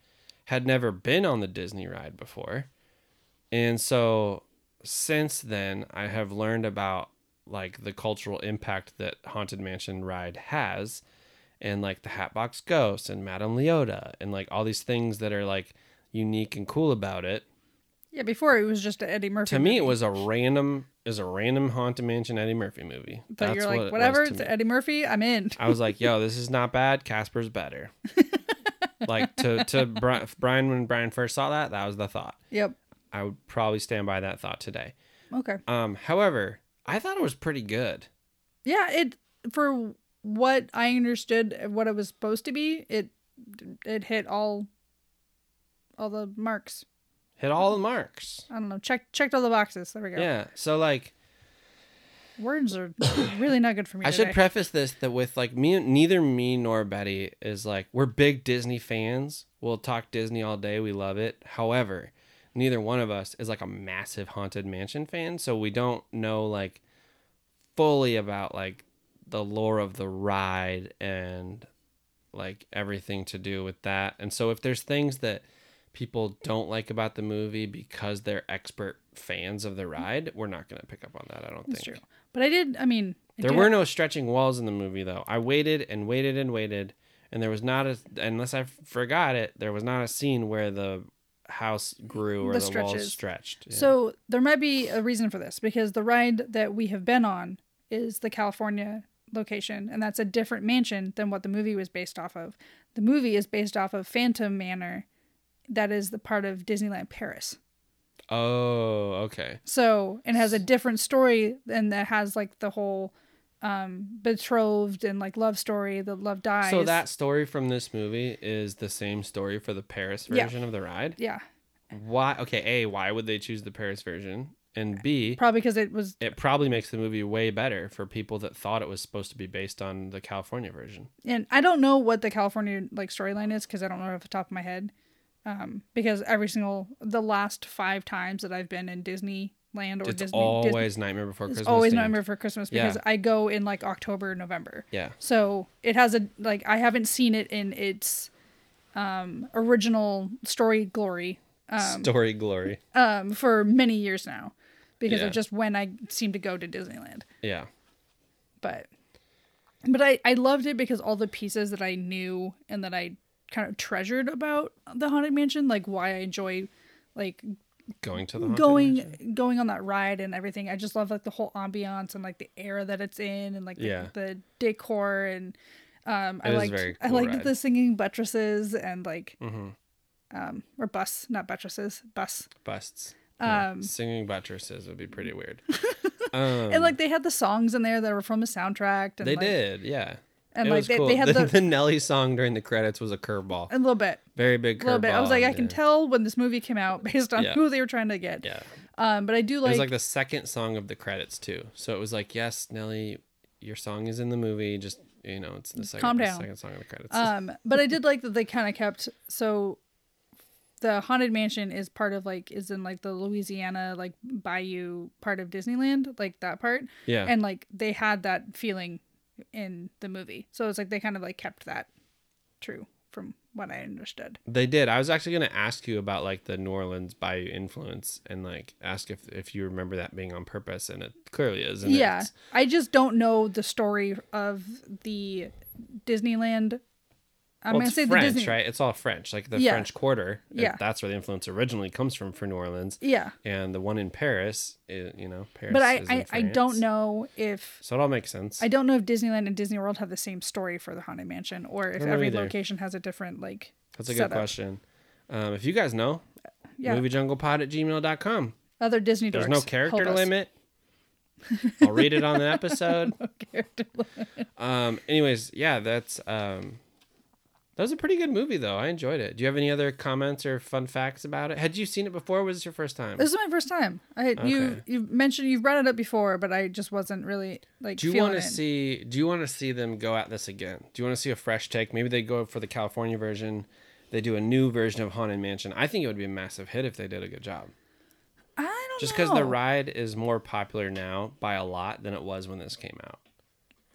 Had never been on the Disney ride before. And so since then, I have learned about like the cultural impact that Haunted Mansion ride has and like the Hatbox Ghost and Madame Leota and like all these things that are like unique and cool about it.
Yeah, before it was just an Eddie Murphy.
To me, it
movie.
was a random is a random Haunted Mansion Eddie Murphy movie.
So you're like,
it was
whatever,
to
it's
me.
Eddie Murphy, I'm in.
I was like, yo, this is not bad. Casper's better. like to to Bri- Brian when Brian first saw that, that was the thought.
Yep.
I would probably stand by that thought today.
Okay.
Um, however, I thought it was pretty good.
Yeah, it for what I understood of what it was supposed to be, it it hit all all the marks.
Hit all the marks.
I don't know. Check checked all the boxes. There we go.
Yeah. So like,
Words are really not good for me.
I should
today.
preface this that with like me, neither me nor Betty is like we're big Disney fans. We'll talk Disney all day. We love it. However, neither one of us is like a massive Haunted Mansion fan, so we don't know like fully about like the lore of the ride and like everything to do with that. And so if there's things that people don't like about the movie because they're expert fans of the ride, we're not going to pick up on that, I don't
That's
think.
true. But I did. I mean, I
There
did-
were no stretching walls in the movie, though. I waited and waited and waited, and there was not a unless I forgot it. There was not a scene where the house grew or
The
the, walls
stretches.
stretched. Yeah.
So there might be a reason for this because the ride that we have been on is the California location, and that's a different mansion than what the movie was based off of. The movie is based off of Phantom Manor, that is the part of Disneyland Paris.
oh, okay,
So it has a different story, and that has like the whole um betrothed and like love story. The love dies.
so that story from this movie is the same story for the Paris
Yeah.
version of the ride.
yeah,
Why? Okay, a why would they choose the Paris version? And b
probably because it was
it probably makes the movie way better for people that thought it was supposed to be based on the California version.
and I don't know what the California like storyline is because I don't know off the top of my head. Um, because every single the last five times that I've been in Disneyland or
It's
Disney,
always Nightmare Before
Disney,
Christmas.
it's always
themed.
November for Christmas because
Yeah.
I go in like October, November.
Yeah.
So it has a like I haven't seen it in its um original story glory
Story glory.
um for many years now because
Yeah.
of just when I seem to go to Disneyland.
Yeah.
but but I, I loved it because all the pieces that I knew and that I kind of treasured about the haunted mansion, like why I enjoy like
Going to the haunted
going
mansion?
going on that ride and everything. I just love like the whole ambiance and like the era that it's in and like the,
Yeah.
the decor and um I
It is a
liked
very
I
cool
liked
ride.
the singing buttresses and like
Mm-hmm.
um or bus, not buttresses, bus.
busts. Yeah.
Um,
Singing buttresses would be pretty weird. Um,
and like they had the songs in there that were from the soundtrack and
they
like,
did, yeah.
and,
it
like,
was
they-
cool.
they had
the,
the-
the Nelly song during the credits was a curveball,
a little bit.
very big curveball.
little bit. I was like, I can
yeah.
tell when this movie came out based on
Yeah.
who they were trying to get.
Yeah,
Um, but I do
it
like,
was like the second song of the credits too. So it was like, yes, Nelly, your song is in the movie. Just you know, it's the second,
calm
the
down.
second song of the credits.
um, but I did like that they kind of kept so. The haunted mansion is part of like is in like the Louisiana like bayou part of Disneyland, like that part,
yeah,
and like they had that feeling in the movie, so it's like they kind of like kept that true from what I understood.
They did. I was actually going to ask you about like the New Orleans Bayou influence and like ask if if you remember that being on purpose, and it clearly is. And
yeah,
it's-
I just don't know the story of the Disneyland. I'm
well,
gonna
it's
say
French,
the Disney,
right? It's all French, like the
Yeah.
French Quarter. it-
Yeah.
that's where the influence originally comes from for New Orleans,
Yeah,
and the one in Paris, i- you know, Paris.
but I,
is in
I, I don't
France.
know if
So it all makes sense.
I don't know if Disneyland and Disney World have the same story for the Haunted Mansion, or if
don't know
every
either.
location has a different like.
That's a good
setup.
question. Um, if you guys know,
Yeah,
moviejunglepod at gmail.com.
other Disney.
There's
dorks,
no
help
character
us.
limit. I'll read it on an episode.
No character limit.
Um. Anyways, yeah, that's um, That was a pretty good movie, though. I enjoyed it. Do you have any other comments or fun facts about it? Had you seen it before? Or was this your first time?
This is my first time. I you
Okay.
you mentioned you've brought it up before, but I just wasn't really like.
Do you
feeling
want to
it.
see? Do you want to see them go at this again? Do you want to see a fresh take? Maybe they go for the California version. They do a new version of Haunted Mansion. I think it would be a massive hit if they did a good job.
I don't
Just
know.
because the ride is more popular now by a lot than it was when this came out.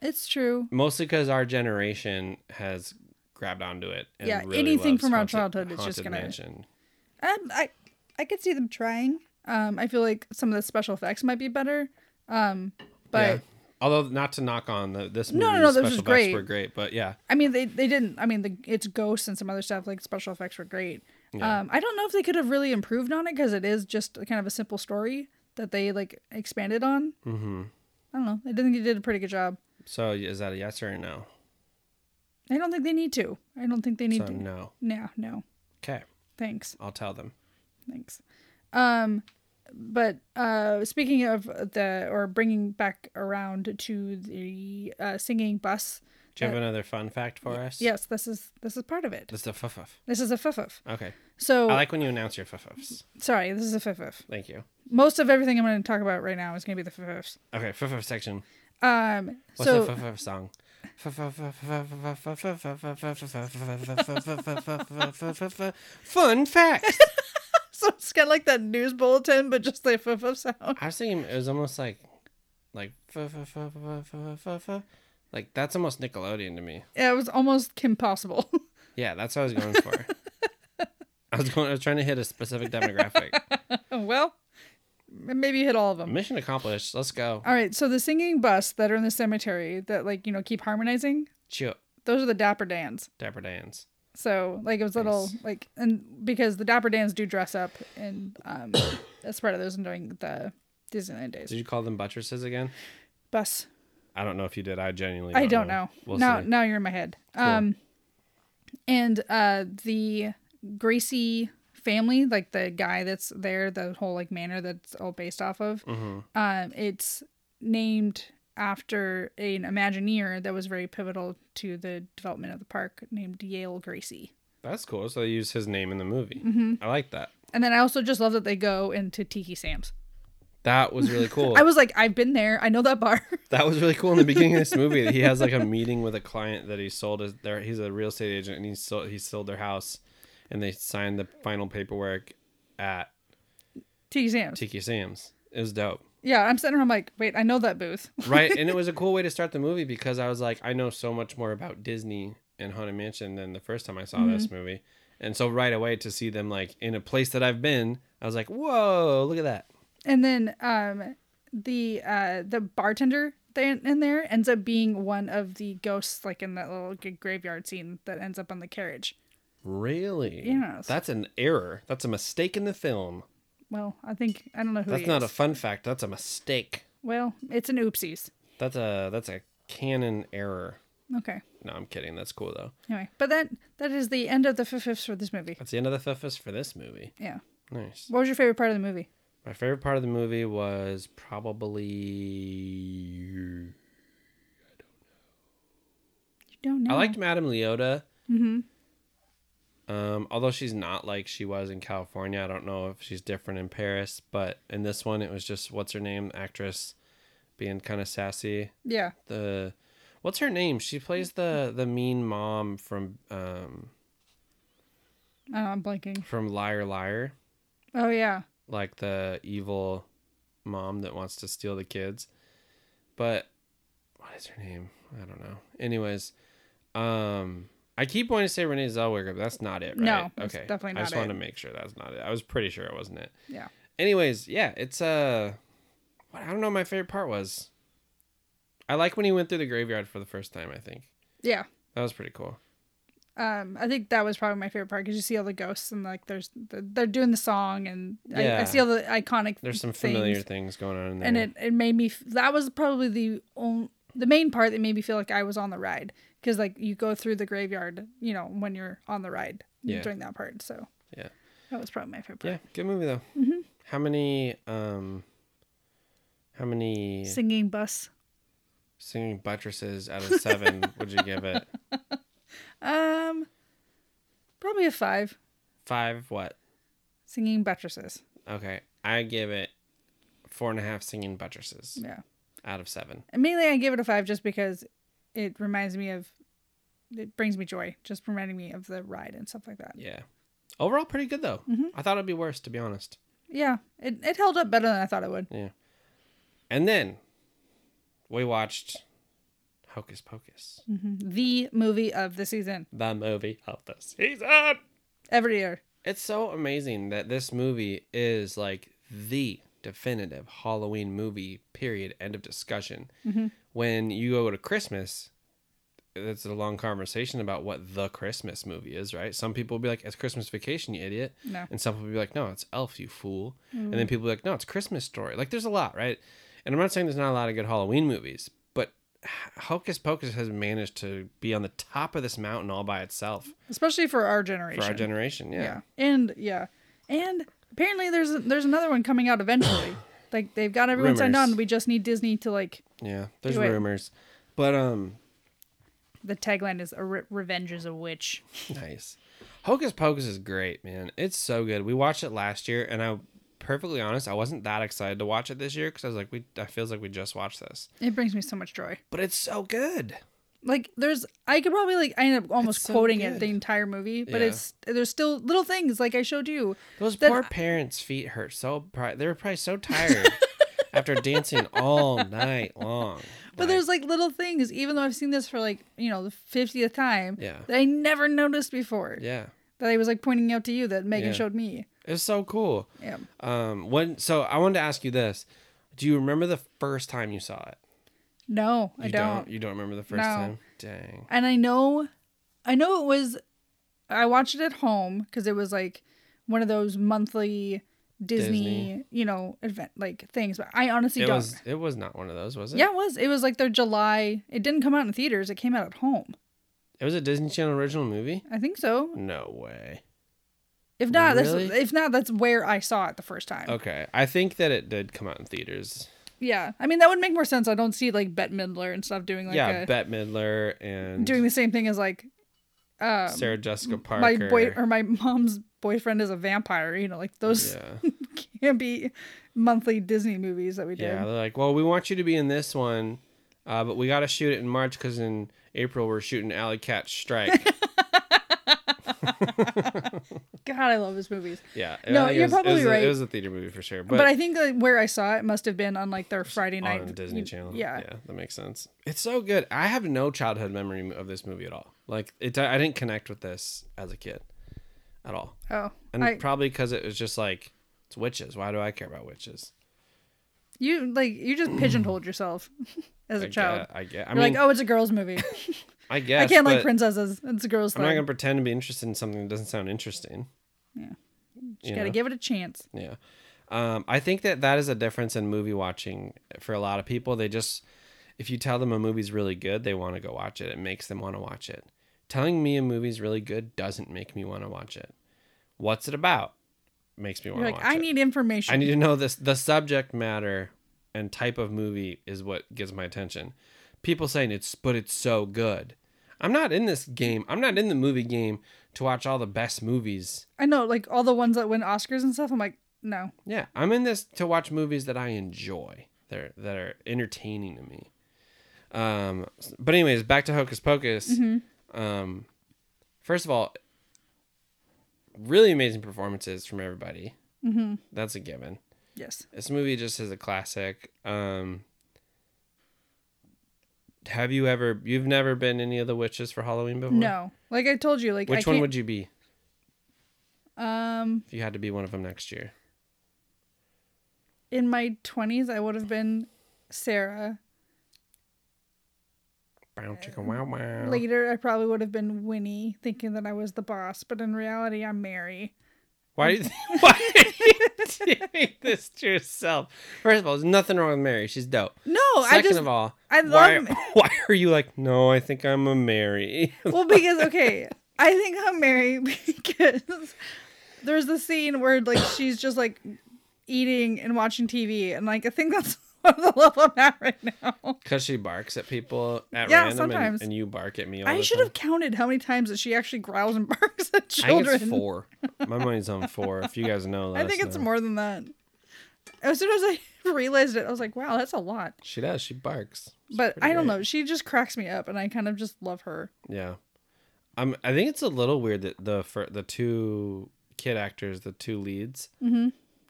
It's true.
Mostly because our generation has grabbed onto it. And
Yeah,
really
anything
loves
from our
Haunted-
childhood is just
Haunted
gonna-
Mansion.
Um, I I could see them trying. Um, I feel like some of the special effects might be better. Um, but
yeah. although not to knock on the, this movie,
No, no, no, this
special
was
effects
great.
were great, but yeah,
I mean, they they didn't. I mean, the, it's ghosts and some other stuff. Like special effects were great. Um, I don't know if they could have really improved on it because it is just kind of a simple story that they like expanded on. Mm-hmm. I don't know. I think they did a pretty good job.
So is that a yes or a no?
I don't think they need to. I don't think they need
So
to. No.
no.
no, no,
Okay,
thanks.
I'll tell them.
Thanks. Um, but uh, speaking of the or bringing back around to the uh, singing bus,
Do you have another fun fact for us?
yes, this is this is part of it.
That's the fuffuff.
This is a fuffuff.
Okay.
So
I like when you announce your fuffuffs.
sorry, this is a fuffuff.
Thank you.
Most of everything I'm going to talk about right now is going to be the fuffuffs.
Okay, fuffuff section.
Um,
What's
so
the fuffuff song? Fun fact.
so it's got like that news bulletin, but just the fuffuff sound.
I was thinking it was almost like, like, fu-fu-fu-fu-fu-fu-fu. like that's almost Nickelodeon to me.
Yeah, it was almost impossible.
Yeah, that's what I was going for. I was going. I was trying to hit a specific demographic.
well, maybe you hit all of them.
Mission accomplished. Let's go.
All right, so the singing bus that are in the cemetery that like you know keep harmonizing,
Chew
those are the Dapper Dans.
Dapper Dan's.
So like it was little like and because the Dapper Dans do dress up and um that's part of those enjoying the Disneyland days.
Did you call them buttresses again?
Bus.
I don't know if you did. I genuinely.
I don't know.
We'll
now
see.
now you're in my head. Um and uh the Gracie family, like the guy that's there, the whole like manor that's all based off of. Um it's named after an Imagineer that was very pivotal to the development of the park named Yale Gracie.
That's cool. So they use his name in the movie.
Mm-hmm.
I like that.
And then I also just love that they go into Tiki Sam's.
That was really cool.
I was like, I've been there. I know that bar.
that was really cool in the beginning of this movie. that He has like a meeting with a client that he sold his. Their, he's a real estate agent, and he sold he sold their house, and they signed the final paperwork at
Tiki Sam's.
Tiki Sam's. It was dope.
Yeah, I'm sitting here. I'm like, wait, I know that booth.
right and it was a cool way to start the movie because i was like i know so much more about disney and haunted mansion than the first time i saw
Mm-hmm.
this movie and so right away to see them like in a place that i've been i was like whoa look at that
And then um, the uh, the bartender there in there ends up being one of the ghosts, like in that little g- graveyard scene that ends up on the carriage.
really
Yes.
that's an error that's a mistake in the film
Well, I think I don't know who.
that's
he
not a
is.
fun fact that's a mistake
well, it's an oopsies.
that's a that's a canon error
Okay.
no i'm kidding that's cool though
Anyway, but that that is the end of the fifths for this movie.
that's the end of the fifth for this movie
Yeah.
nice
What was your favorite part of the movie?
my favorite part of the movie was probably
You don't know.
I liked Madame Leota. Mm-hmm. Um, although she's not like she was in California, I don't know if she's different in Paris, but in this one, it was just what's her name, actress, being kind of sassy.
Yeah.
The what's her name? She plays the the mean mom from um
I know, Oh, I'm blanking.
from Liar Liar,
Oh yeah.
like the evil mom that wants to steal the kids. But what is her name? I don't know. Anyways, um I keep wanting to say Renee Zellweger, but that's not it, right?
No, that's
okay.
definitely
I just
not
wanted
it.
to make sure that's not it. I was pretty sure it wasn't it.
Yeah.
Anyways, yeah, it's uh what I don't know what my favorite part was. I like when he went through the graveyard for the first time, I think.
Yeah.
That was pretty cool.
um i think that was probably my favorite part because you see all the ghosts and like there's they're doing the song and I, I
Yeah.
see all the iconic
There's some
things,
familiar things going on in there.
and it it made me f- that was probably the only the main part that made me feel like i was on the ride because like you go through the graveyard you know when you're on the ride
Yeah.
during that part so
Yeah.
that was probably my favorite
Yeah,
part
good movie though.
Mm-hmm.
How many um how many
singing bus
singing buttresses out of seven would you give it?
um Probably a five.
Five what?
Singing buttresses.
Okay. I give it four and a half singing buttresses
Yeah.
out of seven.
And mainly I give it a five just because it reminds me of it brings me joy, just reminding me of the ride and stuff like that.
Yeah. Overall, pretty good though.
Mm-hmm.
I thought it'd be worse, to be honest.
Yeah. It it held up better than I thought it would.
And then we watched Hocus Pocus,
The movie of the season.
the movie of the season.
Every year.
It's so amazing that this movie is like the definitive Halloween movie, period. End of discussion.
Mm-hmm.
When you go to Christmas, it's a long conversation about what the Christmas movie is, right? Some people will be like, it's Christmas Vacation, you idiot.
No. Mm.
And some people will be like, no, it's Elf, you fool. And then people will be like, no, it's Christmas Story. Like, there's a lot, right? And I'm not saying there's not a lot of good Halloween movies, but Hocus Pocus has managed to be on the top of this mountain all by itself
Especially for our
for
generation.
our generation. Yeah.
yeah. And yeah. And apparently there's there's another one coming out eventually. like they've got everyone signed
Rumors.
on. We just need Disney to like
Yeah, there's
Do it.
rumors, but um,
the tagline is a re- revenge is a witch.
nice. Hocus Pocus is great, man. It's so good. We watched it last year, and I, perfectly honest, I wasn't that excited to watch it this year because I was like, we, I feels like we just watched this,
It brings me so much joy.
but it's so good.
Like there's I could probably like I end up almost
It's so
quoting it
good.
the entire movie, but
Yeah.
it's there's still little things like I showed you.
Those
Then
poor parents' feet hurt so. pri- They were probably so tired after dancing all night long.
But there's like little things, even though I've seen this for like, you know, the fiftieth time
Yeah.
that I never noticed before.
yeah,
That I was like pointing out to you that Megan
Yeah.
showed me.
it's so cool.
Yeah.
Um, when so I wanted to ask you this: Do you remember the first time you saw it?
No, I
You
don't.
You don't remember the first
No.
time? Dang.
and I know, I know it was. I watched it at home because it was like one of those monthly Disney,
Disney.
you know, event like things. But I honestly
it
don't.
was it was not one of those, was it?
yeah, it was. It was like their July. It didn't come out in theaters. It came out at home.
It was a Disney Channel original movie?
I think so.
No way.
If not,
Really?
that's if not, that's where I saw it the first time.
Okay. I think that it did come out in theaters.
Yeah, I mean that would make more sense. I don't see like Bette Midler and stuff doing like
yeah,
a,
Bette Midler and
doing the same thing as like um,
Sarah Jessica Parker.
my boy or my mom's boyfriend is a vampire. You know, like those.
yeah.
can't be monthly Disney movies that we did.
Yeah, they're like, "Well, we want you to be in this one, uh, but we got to shoot it in March cuz in April we're shooting Alley Cat Strike."
God, I love his movies.
yeah.
No,
I think it
you're
was-
probably
it was a-
right.
it was a theater movie for sure, but,
But, I think like, where I saw it must have been on like their Friday night
on Disney Channel.
Yeah.
yeah, that makes sense. It's so good. I have no childhood memory of this movie at all. Like it, I didn't connect with this as a kid at all,
Oh,
and
I,
probably because it was just like it's witches. Why do I care about witches?
you like you just pigeonholed yourself as a
I
child.
guess, I guess. uh, I
You're
mean,
like, oh, it's a girls' movie.
I guess.
I can't like
but
princesses. It's a girls'
I'm not
thing.
gonna pretend to be interested in something that doesn't sound interesting.
Yeah.
You
Just gotta
know?
give it a chance.
Yeah. Um, I think that that is a difference in movie watching for a lot of people. They just, if you tell them a movie's really good, they want to go watch it. It makes them want to watch it. Telling me a movie's really good doesn't make me want to watch it. What's it about? Makes me want
You're
to
like,
watch
I
it.
need information.
I need to know this. The subject matter and type of movie is what gets my attention. People saying it's, but it's so good. I'm not in this game. I'm not in the movie game to watch all the best movies.
I know, like all the ones that win Oscars and stuff. I'm like, no.
Yeah, I'm in this to watch movies that I enjoy. That are, that are entertaining to me. Um, but anyways, back to Hocus Pocus.
Mm-hmm.
Um, first of all, really amazing performances from everybody. Mm-hmm. That's a given.
Yes.
This movie just is a classic. Um, have you ever? You've never been any of the witches for Halloween before?
No. Like I told you, like I
Which
can't,
one would you be
um
if you had to be one of them next year?
in my twenties I would have been Sarah.
Brown
Um,
chicken wow wow.
Later, I probably would have been Winnie, thinking that I was the boss, but in reality, I'm Mary.
Why do you why are you doing this to yourself? First of all, there's nothing wrong with Mary. She's dope.
No,
Second
I just
of all,
I
why,
love-
why are you like, no, I think I'm a Mary?
well because okay, I think I'm Mary because there's the scene where like she's just like eating and watching TV, and like I think that's of the level I'm at right now.
Because she barks at people at
Yeah,
random, and,
sometimes.
and you bark at me. All
I
the
should
time.
have counted how many times that she actually growls and barks at
I
children.
think it's four. My money's on four. If you guys know, let
I think
us
it's
know.
more than that. As soon as I realized it, I was like, wow, that's a lot.
She does. She barks. It's
But
pretty
I don't
great.
know. She just cracks me up, and I kind of just love her.
Yeah, I'm. I think it's a little weird that the for the two kid actors, the two leads,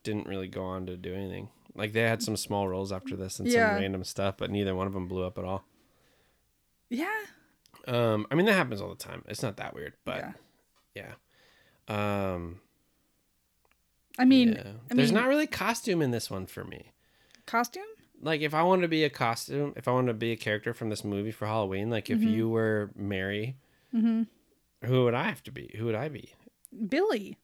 didn't really go on to do anything. Like they had some small roles after this and
Yeah.
some random stuff, but neither one of them blew up at all.
Yeah.
Um, I mean that happens all the time. It's not that weird, but
Yeah.
yeah. Um,
I mean,
yeah.
I
there's
mean,
not really costume in this one for me.
costume.
Like if I wanted to be a costume, if I wanted to be a character from this movie for Halloween, like
Mm-hmm.
if you were Mary, who would I have to be? Who would I be?
Billy.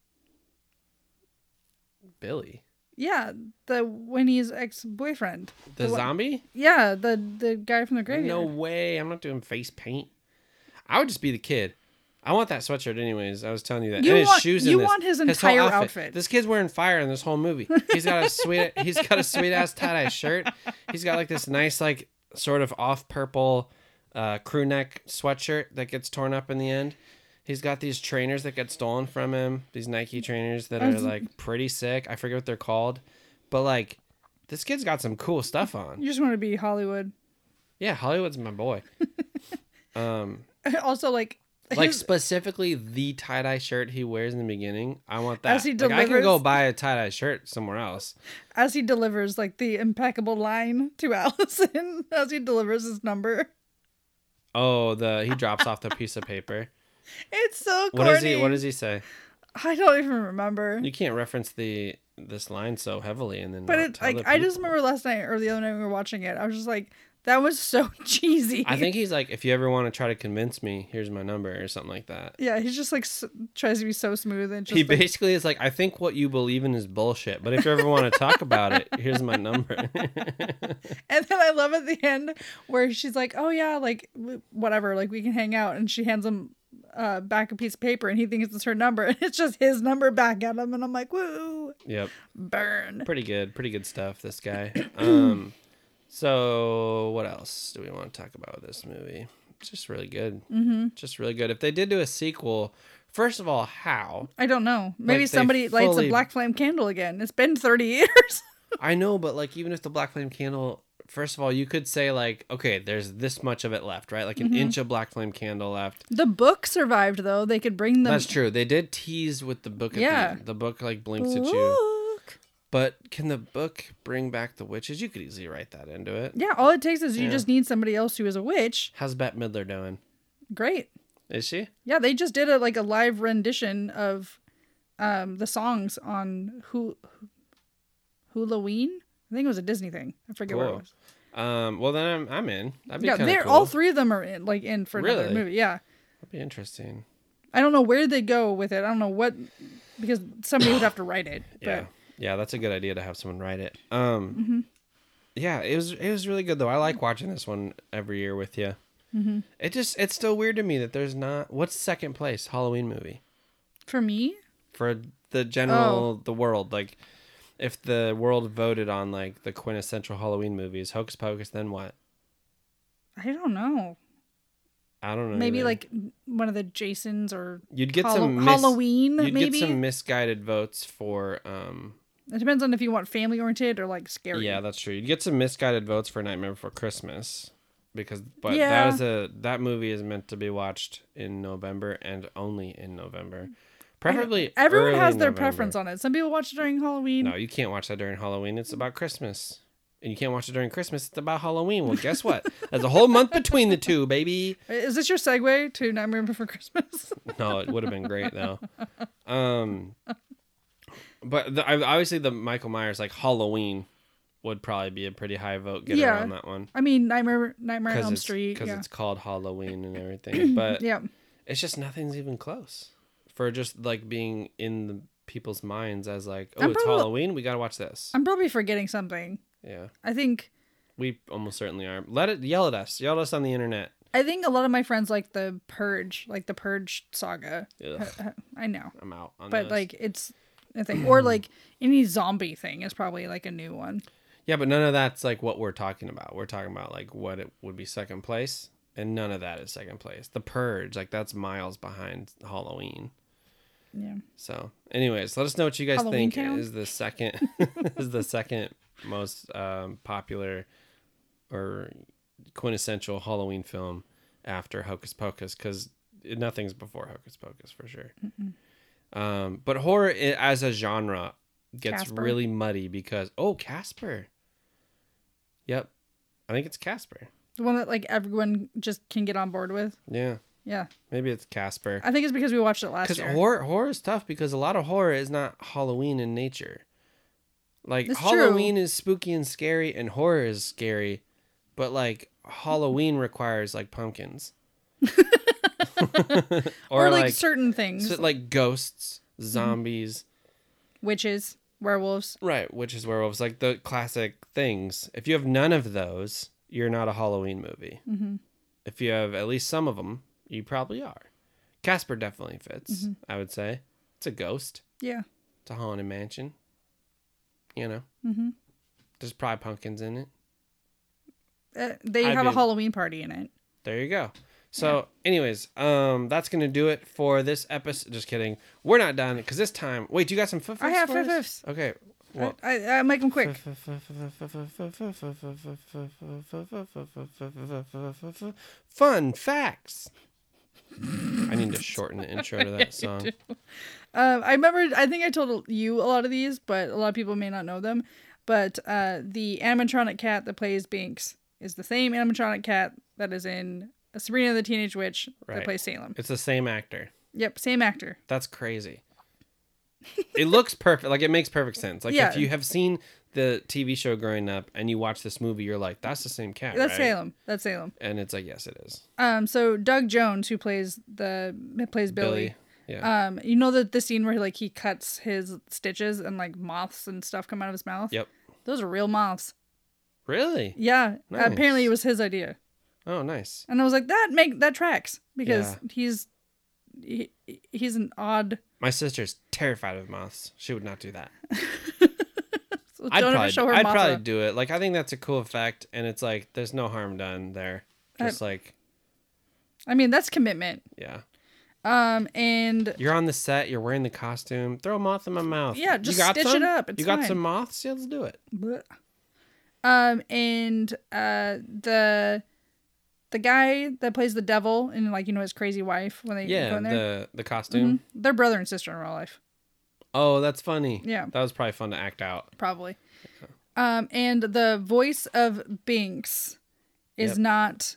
Billy,
Yeah, the Winnie's ex boyfriend.
the
one-
zombie.
Yeah, the the guy from the
No
graveyard.
way. I'm not doing face paint. I would just be the kid. I want that sweatshirt anyways. I was telling you that.
You
and his
want-
shoes
you
in this.
want his
whole
entire
outfit.
outfit.
This kid's wearing fire in this whole movie. He's got a sweet he's got a sweet ass tie-dye shirt. He's got like this nice like sort of off purple uh, crew neck sweatshirt that gets torn up in the end. He's got these trainers that get stolen from him. These Nike trainers that are like pretty sick. I forget what they're called. But like this kid's got some cool stuff on.
You just want to be Hollywood.
Yeah, Hollywood's my boy. um,
also, like,
like
his-
specifically the tie dye shirt he wears in the beginning. I want that.
As he
Like, I can go
delivers-
buy a tie dye shirt somewhere else.
as he delivers like the impeccable line to Allison, as he delivers his number,
Oh, the he drops off the piece of paper.
it's so
What
corny.
does he? What does he say?
I don't even remember.
You can't reference the this line so heavily, and then
But
not
it's
tell
like
the
I just
people.
remember last night or the other night we were watching it. I was just like, that was so cheesy.
I think he's like, if you ever want to try to convince me, here's my number or something like that.
Yeah, he's just like s tries to be so smooth and just
he
like,
basically is like, I think what you believe in is bullshit, but if you ever want to talk about it, here's my number.
and then I love at the end where she's like, "Oh yeah, like w- whatever, like we can hang out," and she hands him uh, back a piece of paper, and he thinks it's her number, and it's just his number back at him, and I'm like, "Woo,
yep.
burn!"
pretty good pretty good stuff this guy um so what else do we want to talk about with this movie it's just really good mm-hmm. just really good if they did do a sequel first of all how
I don't know. Maybe
Like, they
somebody lights
fully-
a black flame candle again. It's been thirty years.
i know but like even if the black flame candle first of all you could say like okay there's this much of it left right like an
Mm-hmm.
inch of black flame candle left
the book survived though. They could bring them.
that's true they did tease with the book at
Yeah.
the, end. the book like blinks at you
Look.
but can the book bring back the witches you could easily write that into it
Yeah, all it takes is you
Yeah.
just need somebody else who is a witch.
how's bette midler doing
Great.
is she
Yeah, they just did a like a live rendition of um the songs on who Halloween. I think it was a Disney thing. I forget what
Cool.
it was.
Um, well then I'm I'm in. That'd be
Yeah,
kind
they're
of cool.
all three of them are in like in for another
Really?
movie. Yeah.
That'd be interesting.
I don't know where they go with it. I don't know what because somebody would have to write it. But Mm-hmm.
Yeah, yeah, that's a good idea to have someone write it. Um, yeah, it was it was really good though. I like watching this one every year with you.
Mm-hmm.
It just it's still weird to me that there's not what's second place Halloween movie
for me,
for the
Oh.
general the world like. If the world voted on like the quintessential Halloween movies, Hocus Pocus, then what?
I don't know.
I don't know.
Maybe
either.
like one of the Jasons or
you'd get
Hallo-
some mis-
Halloween,
You'd
maybe.
get some misguided votes for um,
It depends on if you want family oriented or like scary.
Yeah, that's true. You get some misguided votes for Nightmare Before Christmas because but
Yeah.
that is a that movie is meant to be watched in November and only in November. Preferably
Everyone
early
has their
November.
preference on it. Some people watch it during Halloween.
No, you can't watch that during Halloween. It's about Christmas. And you can't watch it during Christmas. It's about Halloween. Well, guess what? There's a whole month between the two, baby.
Is this your segue to Nightmare Before Christmas?
No, it would have been great though. Um but the, I- obviously the Michael Myers like Halloween would probably be a pretty high vote getter
Yeah.
on that one.
I mean, Nightmare Nightmare on Elm
it's,
Street.
'cause
Yeah.
it's called Halloween and everything. But
yeah,
it's just nothing's even close for just like being in the people's minds as like, oh,
I'm
it's
probably-
Halloween. We gotta watch this.
I'm probably forgetting something.
yeah,
I think
we almost certainly are. Let it yell at us. Yell at us on the internet.
I think a lot of my friends like the Purge, like the Purge saga. Uh,
Ugh,
I know,
I'm out. On
but
those.
like it's a thing, or like any zombie thing is probably like a new one.
Yeah, but none of that's like what we're talking about. We're talking about like what it would be second place, and none of that is second place. The Purge, like that's miles behind Halloween.
Yeah.
So, anyways, let us know what you guys
Halloween
think
Town?
is the second is the second most um, popular or quintessential Halloween film after Hocus Pocus because nothing's before Hocus Pocus for sure. Um, but horror i- as a genre gets
Casper.
really muddy because oh Casper. Yep, I think it's Casper.
The one that like everyone just can get on board with.
Yeah,
Yeah.
maybe it's Casper.
I think it's because we watched it last
because
year.
horror horror is tough because a lot of horror is not Halloween in nature. Like
That's
Halloween is spooky and scary, and horror is scary, but like Halloween requires like pumpkins,
or,
or,
like,
like so-
certain Mm-hmm. things.
like, ghosts, zombies,
Witches, werewolves.
right? Witches, werewolves, like the classic things. If you have none of those, you're not a Halloween movie.
mm-hmm.
If you have at least some of them, you probably are. Casper definitely fits.
Mm-hmm.
I would say it's a ghost.
Yeah.
It's a haunted mansion. You know,
Mm-hmm.
there's probably pumpkins in it.
Uh, they
I'd
have a
be-
Halloween party in it.
There you go. So, anyways, um, that's gonna do it for this episode. Just kidding. We're not done because this time. Wait, do you got some fifths?
I have
for us?
fifths.
Okay. Well,
I, I, I make them quick.
fun facts. I need to shorten the intro to that song.
Um, I remember. I think I told you a lot of these, but a lot of people may not know them. But uh, the animatronic cat that plays Binks is the same animatronic cat that is in Sabrina the Teenage Witch
Right.
that plays Salem.
It's the same actor.
Yep, same actor.
That's crazy. it looks perfect. Like it makes perfect sense. Like if
Yeah.
you have seen the TV show growing up and you watch this movie, you're like, that's the same cat.
That's
right?
Salem. That's Salem.
And it's like, yes, it is.
Um, so Doug Jones, who plays the plays Billy,
Yeah.
um, you know that the scene where like he cuts his stitches and like moths and stuff come out of his mouth.
yep.
Those are real moths.
Really?
Yeah.
Nice.
Apparently it was his idea.
Oh, nice.
And I was like, that make that tracks because
Yeah.
he's he, he's an odd.
My sister's terrified of moths. She would not do that.
so
I'd
don't
probably,
ever show her
I'd
Mothra.
probably do it. Like I think that's a cool effect, and it's like there's no harm done there.
Uh,
Just like
I mean, that's commitment.
yeah,
Um, and
you're on the set, you're wearing the costume, throw a moth in my mouth.
Yeah, just stitch it up, it's
you got
fine.
some moths? Yeah, let's do it.
Blech. um, and uh, the the guy that plays the devil and like you know his crazy wife when they go
Yeah,
in there, Mm-hmm.
the the costume.
they're brother and sister in real life,
Oh, that's funny.
Yeah.
That was probably fun to act out.
probably. Um, and the voice of Binks is
Yep.
not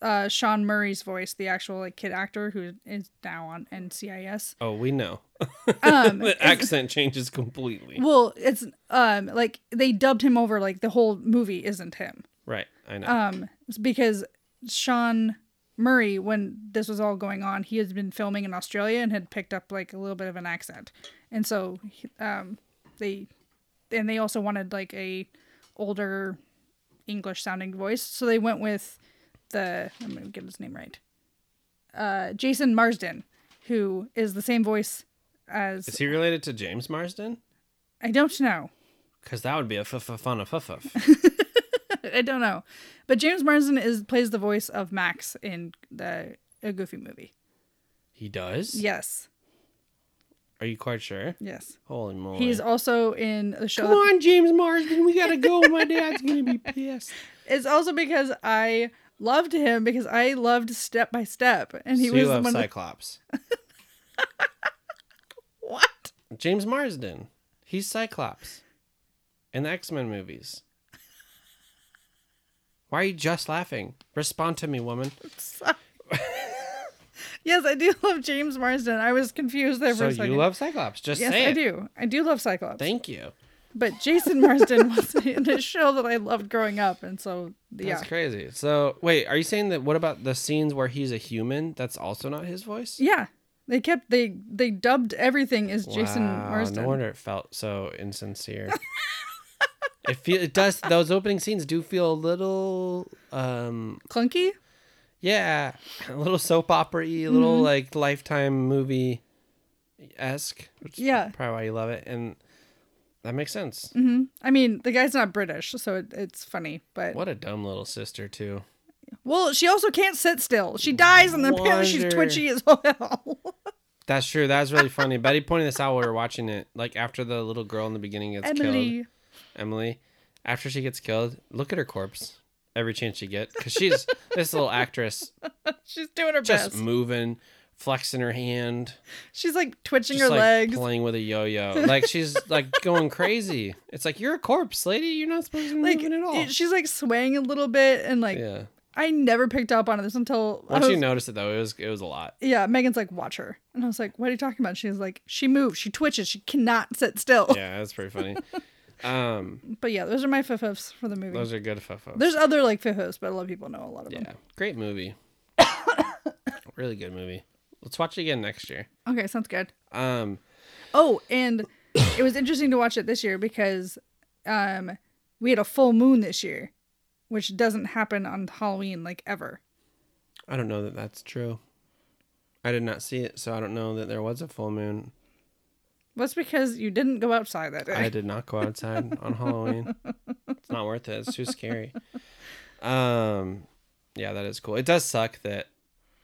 uh Sean Murray's voice, the actual like kid actor who is now on NCIS.
Oh, we know.
Um,
the accent changes completely.
Well, it's um like they dubbed him over like the whole movie isn't him.
Right. I know.
Um it's because Sean Murray when this was all going on, he had been filming in Australia and had picked up like a little bit of an accent. And so he- um they and they also wanted like a older English sounding voice, so they went with the I'm going to get his name right. Uh Jason Marsden, who is the same voice as
Is he related to James Marsden?
I don't know.
Because that would be a f- f- fun of f- f-
I don't know, but James Marsden is plays the voice of Max in the a Goofy movie.
He does?
Yes,
Are you quite sure?
yes.
Holy moly.
He's also in the show.
Come on, James Marsden. We got to go. My dad's going to be pissed.
It's also because I loved him because I loved Step by Step, and he
so
was
you love
one of
Cyclops.
the, what?
James Marsden. He's Cyclops in the X Men movies. Why are you just laughing? Respond to me, woman.
Sorry. yes, I do love James Marsden. I was confused there for
So
a second.
you love Cyclops. Just
yes,
say
I
it.
do. I do love Cyclops.
Thank you.
but Jason Marsden was in a show that I loved growing up, and so yeah,
That's crazy. So wait, are you saying that? What about the scenes where he's a human? That's also not his voice.
Yeah. They kept they they dubbed everything as Jason
Wow,
Marsden.
No wonder it felt so insincere. it feel it does. Those opening scenes do feel a little, um,
Clunky?
yeah, a little soap opera y, a
Mm-hmm.
little like lifetime movie esque.
Yeah.
probably why you love it. And That makes sense.
hmm I mean, the guy's not British, so it, it's funny. But
What a dumb little sister too.
well, she also can't sit still. She dies, and then apparently she's
Wonder-
twitchy as well.
That's true. That was really funny. Betty pointed this out while we were watching it. Like after the little girl in the beginning gets killed,
Emily,
Emily. After she gets killed, look at her corpse every chance you get because she's this little actress
she's doing her
just
best.
moving, flexing her hand,
She's like twitching
just
her
like
legs.
playing with a yo-yo. Like she's like going crazy. It's like you're a corpse, lady. You're not supposed to be
like
moving at all.
it- she's like swaying a little bit, and like
yeah.
I never picked up on this until I
Once you
was-
notice it though, it was it was a lot.
Yeah, Megan's like, watch her. And I was like, what are you talking about? She was like, she moves, she twitches, she cannot sit still.
Yeah, that's pretty funny. um,
But yeah, those are my fifths for the movie.
those are good fuffos.
There's other like fifths, but a lot of people know a lot of
Yeah,
them.
great movie. really good movie. Let's watch it again next year.
Okay, sounds good.
Um,
Oh, and it was interesting to watch it this year because um we had a full moon this year, which doesn't happen on Halloween like ever.
I don't know that that's true. I did not see it, so I don't know that there was a full moon.
That's because you didn't go outside that day.
I did not go outside on Halloween. It's not worth it. It's too scary. Um, yeah, that is cool. It does suck that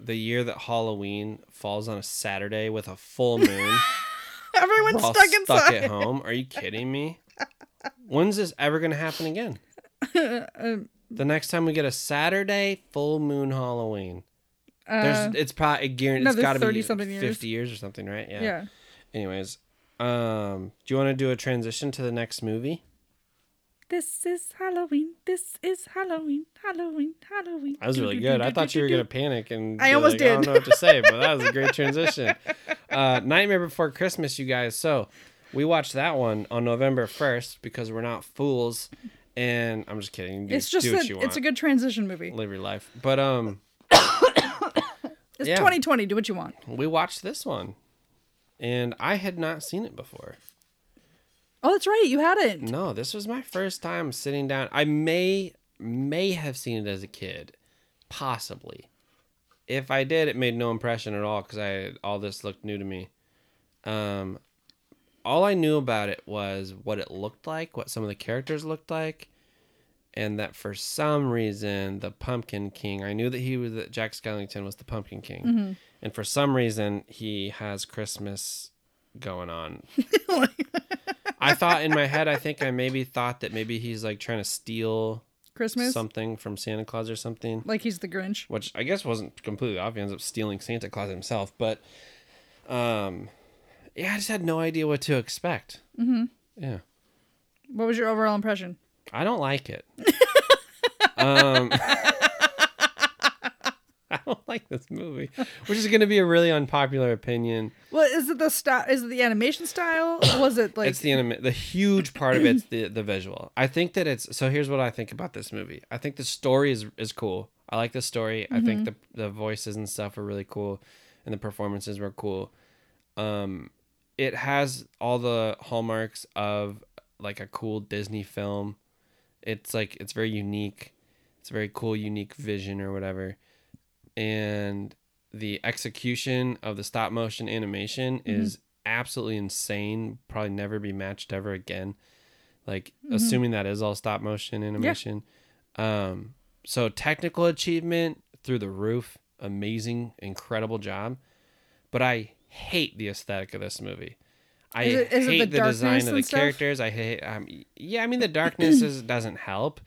the year that Halloween falls on a Saturday with a full moon.
Everyone's
We're all
stuck inside.
at home. Are you kidding me? When's this ever going to happen again? the next time we get a Saturday full moon Halloween,
Uh,
there's it's probably guaranteed.
no,
it's
there's
got to be
30-something years.
fifty years or something, right? Yeah.
yeah.
Anyways, um, do you want to do a transition to the next movie?
This is Halloween. This is Halloween. Halloween. Halloween.
That was really good. I thought you were gonna panic and
I
be
almost
like, I don't
did.
know what to say, but that was a great transition. Uh, Nightmare Before Christmas, you guys. So we watched that one on November first because we're not fools. And I'm just kidding. You do-
It's just
do
a,
what you want.
it's a good transition movie.
live your life. But um,
It's
Yeah.
2020. Do what you want.
we watched this one, and I had not seen it before.
Oh, that's right. You hadn't.
No, this was my first time sitting down. I may may have seen it as a kid, possibly. If I did, it made no impression at all because I all this looked new to me. Um, all I knew about it was what it looked like, what some of the characters looked like, and that for some reason the Pumpkin King. I knew that he was that Jack Skellington was the Pumpkin King, and for some reason he has Christmas going on I thought in my head, I think I maybe thought that maybe he's like trying to steal
Christmas.
something from Santa Claus or something,
Like he's the Grinch.
which I guess wasn't completely off. He ends up stealing Santa Claus himself, but um, yeah, I just had no idea what to expect. Mm-hmm. Yeah,
What was your overall impression?
I don't like it. um, I don't like this movie, which is going to be a really unpopular opinion.
Well, is it the style? Is it the animation style? was it like
it's the anima- the huge part of it's the the visual. I think that it's so. Here's what I think about this movie. I think the story is is cool. I like the story. I think the the voices and stuff are really cool, and the performances were cool. Um, it has all the hallmarks of like a cool Disney film. It's like it's very unique. It's a very cool, unique vision or whatever, and the execution of the stop motion animation is absolutely insane. Probably never be matched ever again. Like assuming that is all stop motion animation. Um so technical achievement through the roof, amazing, incredible job. But I hate the aesthetic of this movie. I
Is it- is it
hate
the
the, design
darkness
of the
and stuff?
characters. I hate um, yeah, I mean the darkness is, doesn't help.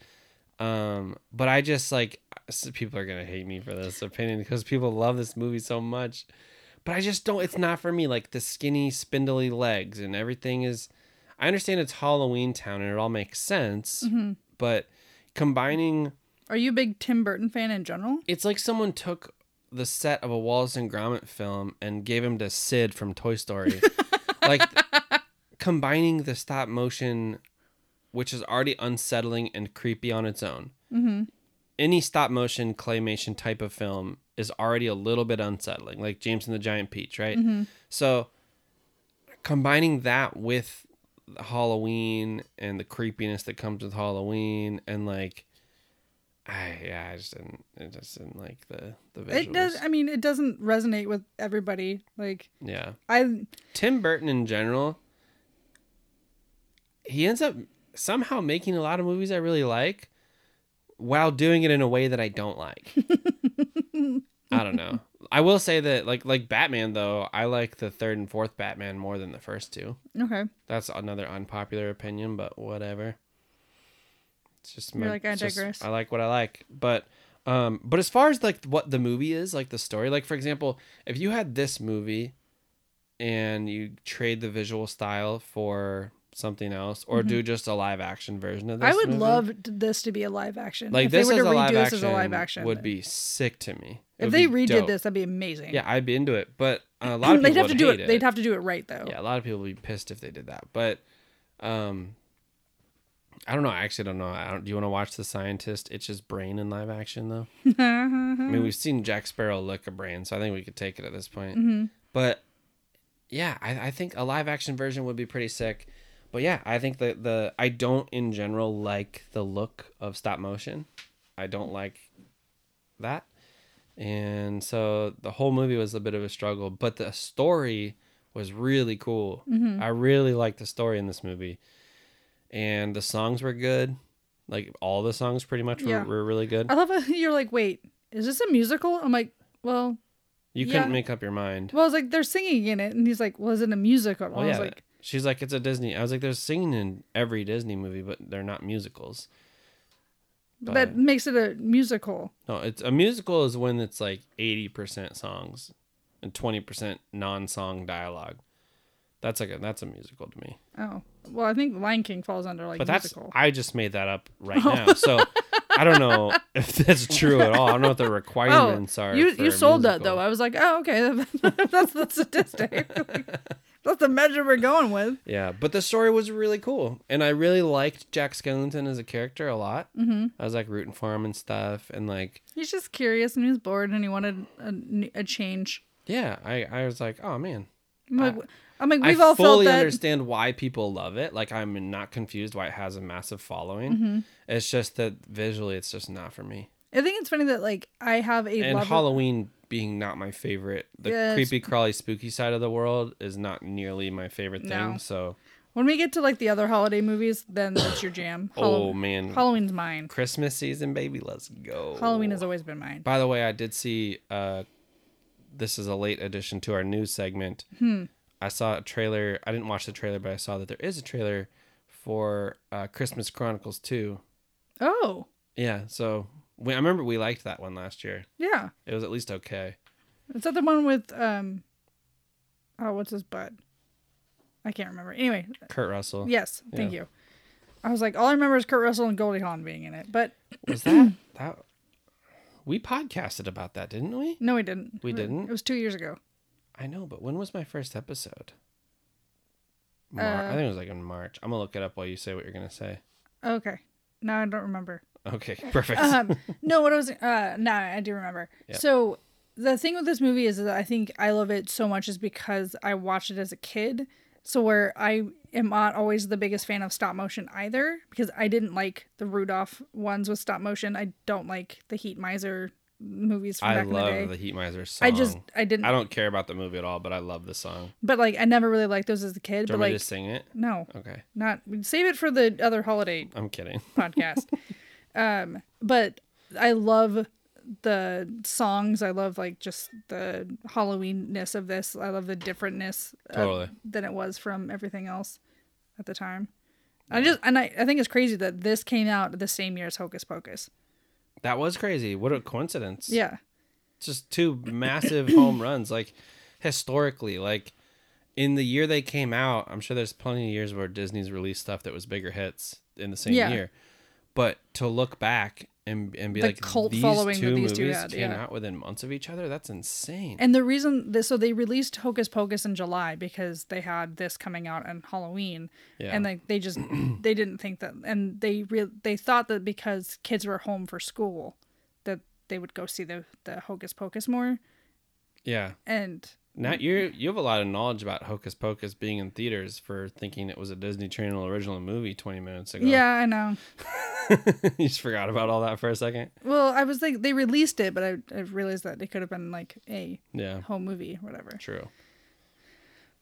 Um, but I just like s- people are gonna hate me for this opinion because people love this movie so much. But I just don't. It's not for me. Like the skinny, spindly legs and everything is. I understand it's Halloween Town and it all makes sense,
Mm-hmm.
but combining
Are you a big Tim Burton fan in general?
it's like someone took the set of a Wallace and Gromit film and gave him to Sid from Toy Story. like combining the stop motion, which is already unsettling and creepy on its own. Mm-hmm. Any stop motion claymation type of film is already a little bit unsettling, like James and the Giant Peach, right?
Mm-hmm.
So combining that with Halloween and the creepiness that comes with Halloween and like I yeah, I just didn't I just didn't like the the visuals.
It does. I mean, it doesn't resonate with everybody. Like
Yeah.
I,
Tim Burton in general he ends up somehow making a lot of movies I really like while doing it in a way that I don't like. I don't know. I will say that like like Batman though, I like the third and fourth Batman more than the first two.
Okay.
That's another unpopular opinion, but whatever. It's just my,
You're like, I
it's just-
digress.
I like what I like, but um, but as far as like what the movie is, like the story, like for example, if you had this movie, and you trade the visual style for something else, or do just a live action version of this,
Mm-hmm. I would
movie,
love t- this to be a live action.
like
if
this
they
as
were
a,
to redo
live
this
action
as a live action,
would be sick to me. It
If
would
they
be
redid
dope.
this, that'd be amazing.
yeah, I'd be into it. But uh, a lot of people
they'd have
would
to do
hate
it. They'd have to do it right though.
yeah, a lot of people would be pissed if they did that. But um I don't know. I actually don't know. I don't, do you want to watch the scientist itch his brain in live action though? I mean, we've seen Jack Sparrow lick a brain, so I think we could take it at this point. But yeah, I, I think a live action version would be pretty sick. But yeah, I think the the I don't in general like the look of stop motion. I don't like that. And so the whole movie was a bit of a struggle, but the story was really cool.
Mm-hmm.
I really liked the story in this movie. And the songs were good. Like all the songs pretty much were,
Yeah. Uh,
were really good.
I love how you're like, wait, is this a musical? I'm like, well,
You
yeah.
couldn't make up your mind.
well, I was like, they're singing in it, and he's like, well, is it a musical?
Well,
I was
yeah.
like,
She's like, it's a Disney. I was like, there's singing in every Disney movie, but they're not musicals.
that makes it a musical.
No, it's a musical is when it's like 80% songs and 20% non-song dialogue. That's like a, that's a musical to me.
Oh, well, I think Lion King falls under like
But that's
musical. Oh.
I just made that up right now. So I don't know if that's true at all. I don't know what the requirements are.
Oh, you
for
you
a
sold that
musical.
though. I was like, oh, okay, that's the statistic. that's the measure we're going with.
Yeah, but the story was really cool, and I really liked Jack Skellington as a character a lot. Mm-hmm. I was like rooting for him and stuff, and like,
He's just curious and he was bored and he wanted a, n- a change.
yeah, I I was like, oh man,
I'm like, I'm like we've
I
all felt
fully
that.
understand why people love it. Like, I'm not confused why it has a massive following.
Mm-hmm.
It's just that visually, it's just not for me.
I think it's funny that like I have a
And
love of-
Halloween being not my favorite, the
Yeah, it's-
creepy, crawly, spooky side of the world is not nearly my favorite thing.
No.
So,
when we get to like the other holiday movies, then that's your jam.
oh
Hallow-
man,
Halloween's mine.
Christmas season, baby, let's go.
Halloween has always been mine.
By the way, I did see. Uh, this is a late addition to our news segment.
Hmm.
I saw a trailer. I didn't watch the trailer, but I saw that there is a trailer for uh, Christmas Chronicles Two.
Oh
Yeah, so we, I remember we liked that one last year.
yeah,
It was at least okay.
is that the one with um? Oh, what's his butt? I can't remember. Anyway,
Kurt Russell.
yes, thank
Yeah.
you. I was like, all I remember is Kurt Russell and Goldie Hawn being in it, but
Was that that? We podcasted about that, didn't we?
no, we didn't.
We didn't?
It was two years ago.
I know, but when was my first episode? Mar-
Uh,
I think it was like in March. I'm gonna look it up while you say what you're gonna say.
Okay, now I don't remember.
Okay, perfect.
um, no, what I was uh no, I do remember. So the thing with this movie is that I think I love it so much is because I watched it as a kid. So where I am not always the biggest fan of stop motion either because I didn't like the Rudolph ones with stop motion. I don't like the Heat Miser movies from
I
back in the day.
love the Heat Miser song.
I just I didn't
I don't care about the movie at all, but I love the song.
but like I never really liked those as a kid,
Do you
but
want me
like
to sing it?
no,
Okay,
not save it for the other holiday
I'm kidding.
podcast. um, but I love the songs. I love like just the Halloweenness of this. I love the differentness uh,
Totally.
than it was from everything else at the time. I just and I, I think it's crazy that this came out the same year as Hocus Pocus.
That was crazy. What a coincidence.
Yeah.
just two massive home runs like historically like in the year they came out i'm sure there's plenty of years where disney's released stuff that was bigger hits in the same
Yeah.
year but to look back and, and be
The
like
cult
these
following
two
that these
movies
two had,
came
yeah.
out within months of each other that's insane
And the reason this so they released Hocus Pocus in July because they had this coming out on Halloween.
Yeah.
And like they just they didn't think that and they re- they thought that because kids were home for school that they would go see the the Hocus Pocus more
yeah
and
now you you have a lot of knowledge about hocus pocus being in theaters for thinking it was a disney channel original movie 20 minutes ago
yeah, I know.
you just forgot about all that for a second
Well, I was like they released it, but I, I realized that it could have been like a
yeah
home movie or whatever.
true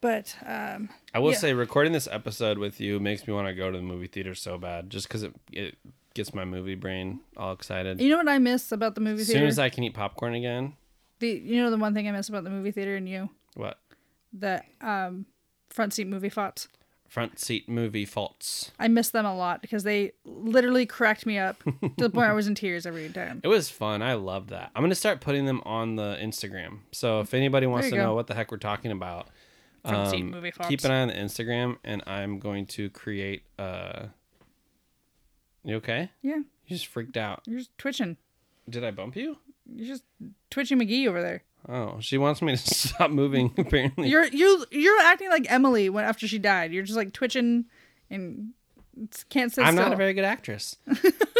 But um,
I will
Yeah.
say, recording this episode with you makes me want to go to the movie theater so bad, just because it it gets my movie brain all excited.
you know what I miss about the movie
as
theater?
soon as I can eat popcorn again,
the, you know the one thing I miss about the movie theater and you?
what
The um, front seat movie thoughts.
front seat movie faults?
I miss them a lot because they literally cracked me up to the point I was in tears every time.
It was fun. I love that. I'm gonna start putting them on the Instagram. So if anybody wants
you
to
go.
know what the heck we're talking about,
Front seat
um,
movie
keep
thoughts.
an eye on the Instagram, and I'm going to create. Uh, you okay?
yeah,
You just freaked out.
you're just twitching.
Did I bump you?
You're just twitchy McGee over there.
Oh, she wants me to stop moving. Apparently,
You're you you're acting like Emily when after she died. You're just like twitching and it's- can't sit
I'm
still.
not a very good actress.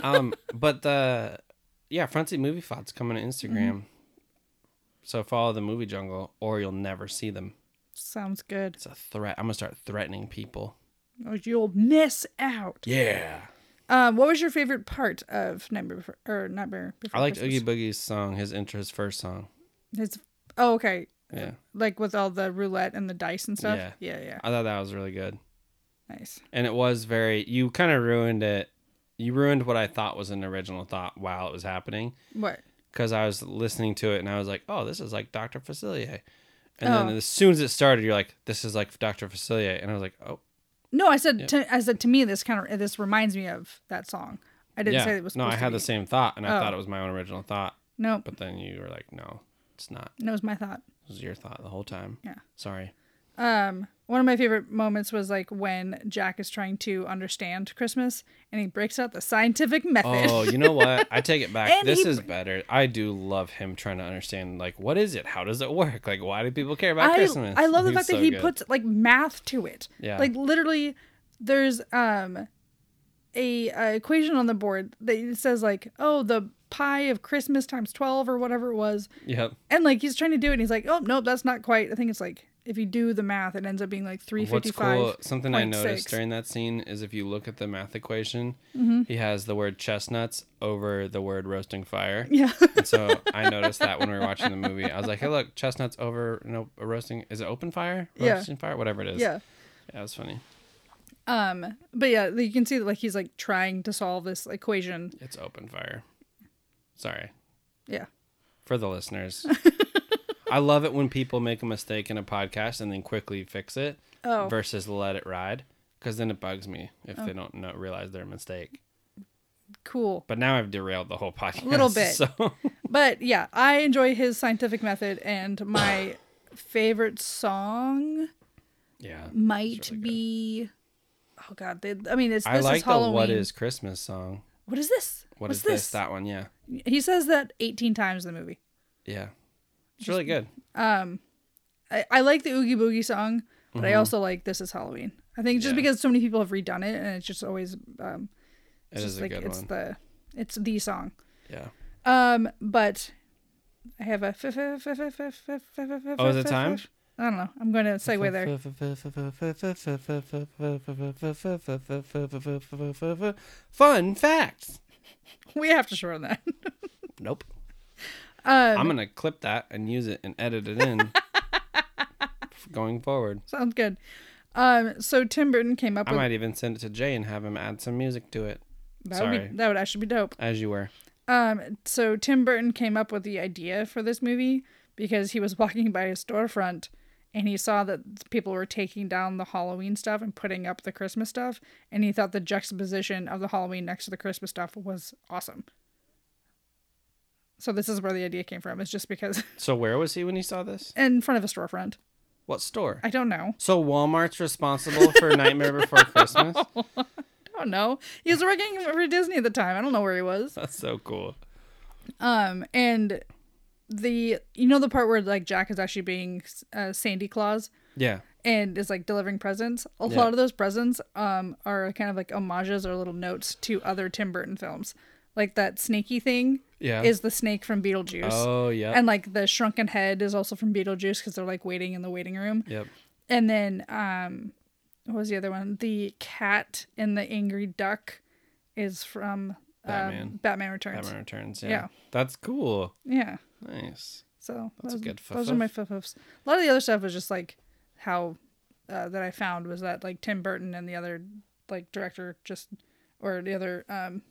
um, but the yeah, front seat movie thoughts coming to Instagram.
Mm-hmm.
So follow the movie jungle, or you'll never see them.
Sounds good.
It's a threat. I'm gonna start threatening people.
Oh, You'll miss out.
Yeah.
Um, what was your favorite part of Nightmare Before, or Nightmare Before
I liked
Christmas?
Oogie Boogie's song, his intro, his first song.
His, oh, okay.
Yeah.
Like with all the roulette and the dice and stuff.
Yeah.
yeah, yeah.
I thought that was really good.
Nice.
And it was very, you kind of ruined it. You ruined what I thought was an original thought while it was happening
What?
because I was listening to it and I was like, oh, this is like Dr. Facilier. And then
Oh.
as soon as it started, you're like, this is like Dr. Facilier. And I was like, oh,
No, I said to, I said to me this kind of this reminds me of that song. I didn't
yeah.
say it was.
no, I
supposed to
had
be.
the same thought and I
Oh.
thought it was my own original thought.
No,
But then you were like, no, it's not.
that was my thought.
It was your thought the whole time.
Yeah.
Sorry.
Um, one of my favorite moments was like when Jack is trying to understand Christmas and he breaks out the scientific method.
Oh, you know what? I take it back.
And
this
he-
is better. I do love him trying to understand, like, what is it? How does it work? Like, why do people care about
I,
Christmas?
I love the
He's
fact
so
that he
good.
puts like math to it.
Yeah.
Like literally, there's um a, uh equation on the board that says like, oh, the pi of Christmas times twelve or whatever it was,
Yep.
and like he's trying to do it, and he's like, oh nope, that's not quite. I think it's like if you do the math, it ends up being like three
What's
fifty
cool,
five.
something I noticed during that scene is if you look at the math equation,
Mm-hmm.
he has the word chestnuts over the word roasting fire.
Yeah.
And so I noticed that when we were watching the movie. I was like, hey, look, chestnuts over you know, a roasting. Is it open fire?
Yeah.
Roasting fire? Whatever it is.
yeah.
Yeah, it was funny.
Um, but yeah, you can see that like he's like trying to solve this equation.
It's open fire. Sorry.
Yeah.
for the listeners. I love it when people make a mistake in a podcast and then quickly fix it
Oh.
versus let it ride because then it bugs me if they don't know, realize their mistake.
Cool.
But now I've derailed the whole podcast. A
Little bit.
So
But yeah, I enjoy his scientific method and my favorite song
yeah.
might be Oh god, they, I mean it's this
I
is
like the
Halloween.
What is Christmas song.
what is this?
What
What's
is this? That one. Yeah.
He says that 18 times in the movie.
Yeah. It's really good.
I, I like the Oogie Boogie song, but I also like This is Halloween. I think just
Mm-hmm. Yeah.
because so many people have redone it and it's just always um
It
it's
is
just
a
like
good
it's
one.
the it's the song.
Yeah.
Um, but I have a. f- f- f- f- f- f- f- f- f-
Oh, is it
f-
time?
f- I don't know. I'm going to segue there.
Fun facts.
We have to shorten that.
Nope.
Um,
I'm gonna clip that and use it and edit it in going forward.
sounds good. Um, so Tim Burton came up
I
with
might even send it to Jay and have him add some music to it.
that would
Sorry,
be that would actually be dope.
as you were.
Um, so Tim Burton came up with the idea for this movie because he was walking by a storefront and he saw that people were taking down the Halloween stuff and putting up the Christmas stuff, and he thought the juxtaposition of the Halloween next to the Christmas stuff was awesome. So this is where the idea came from. It's just because
So where was he when he saw this?
in front of a storefront.
What store?
I don't know.
So Walmart's responsible for Nightmare Before Christmas.
I don't know. He was working for Disney at the time. I don't know where he was.
That's so cool.
Um, and the you know the part where like Jack is actually being uh, Sandy Claus
Yeah,
and is like delivering presents. A
Yeah.
lot of those presents um are kind of like homages or little notes to other Tim Burton films. Like that snaky thing
Yeah.
is the snake from Beetlejuice.
Oh, yep.
And like the shrunken head is also from Beetlejuice because they're like waiting in the waiting room.
yep.
And then um what was the other one? The cat and the angry duck is from Batman,
Batman.
Batman Returns.
Batman Returns. Yeah.
Yeah.
that's cool.
Yeah.
Nice.
So
That's a
those,
good
those are my fuffs. A lot of the other stuff was just like how uh, that I found was that like Tim Burton and the other like director just or the other um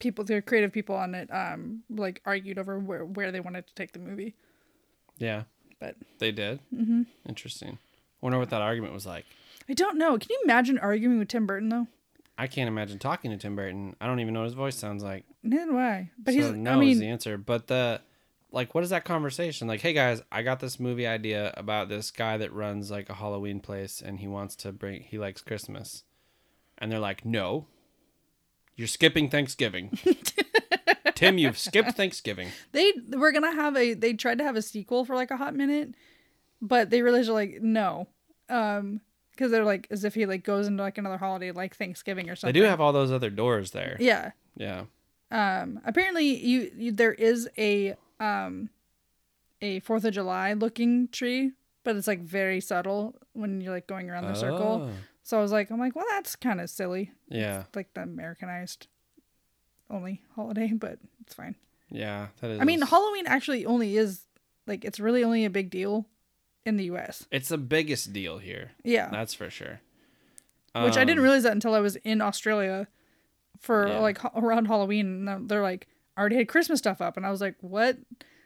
people the creative people on it um like argued over where where they wanted to take the movie.
Yeah,
But
they did. Mm-hmm. Interesting. I wonder what that argument was like.
I don't know. Can you imagine arguing with Tim Burton though?
I can't imagine talking to Tim Burton. I don't even know what his voice sounds like.
Neither do I. But
so
he's
no
I
is the
mean
answer. But the like, what is that conversation like? Hey guys, I got this movie idea about this guy that runs like a Halloween place, and he wants to bring he likes Christmas, and they're like, no, you're skipping Thanksgiving. Tim, you've skipped Thanksgiving.
they were gonna have a they tried to have a sequel for like a hot minute, but they realized like no. Um because they're like as if he like goes into like another holiday like Thanksgiving or
They
something.
do have all those other doors there.
Yeah.
Yeah.
Um apparently you, you there is a um a 4th of July looking tree, but it's like very subtle when you're like going around the circle.
Oh,
So I was like I'm like, well that's kind of silly.
Yeah.
Like the Americanized only holiday, but it's fine.
Yeah. That is.
I mean, Halloween actually only is like it's really only a big deal in the U.S.
it's the biggest deal here.
Yeah,
That's for sure.
which I
Um,
didn't realize that until I was in Australia for
Yeah.
like ho- around Halloween. And they're like I already had Christmas stuff up, and I was like, "What?"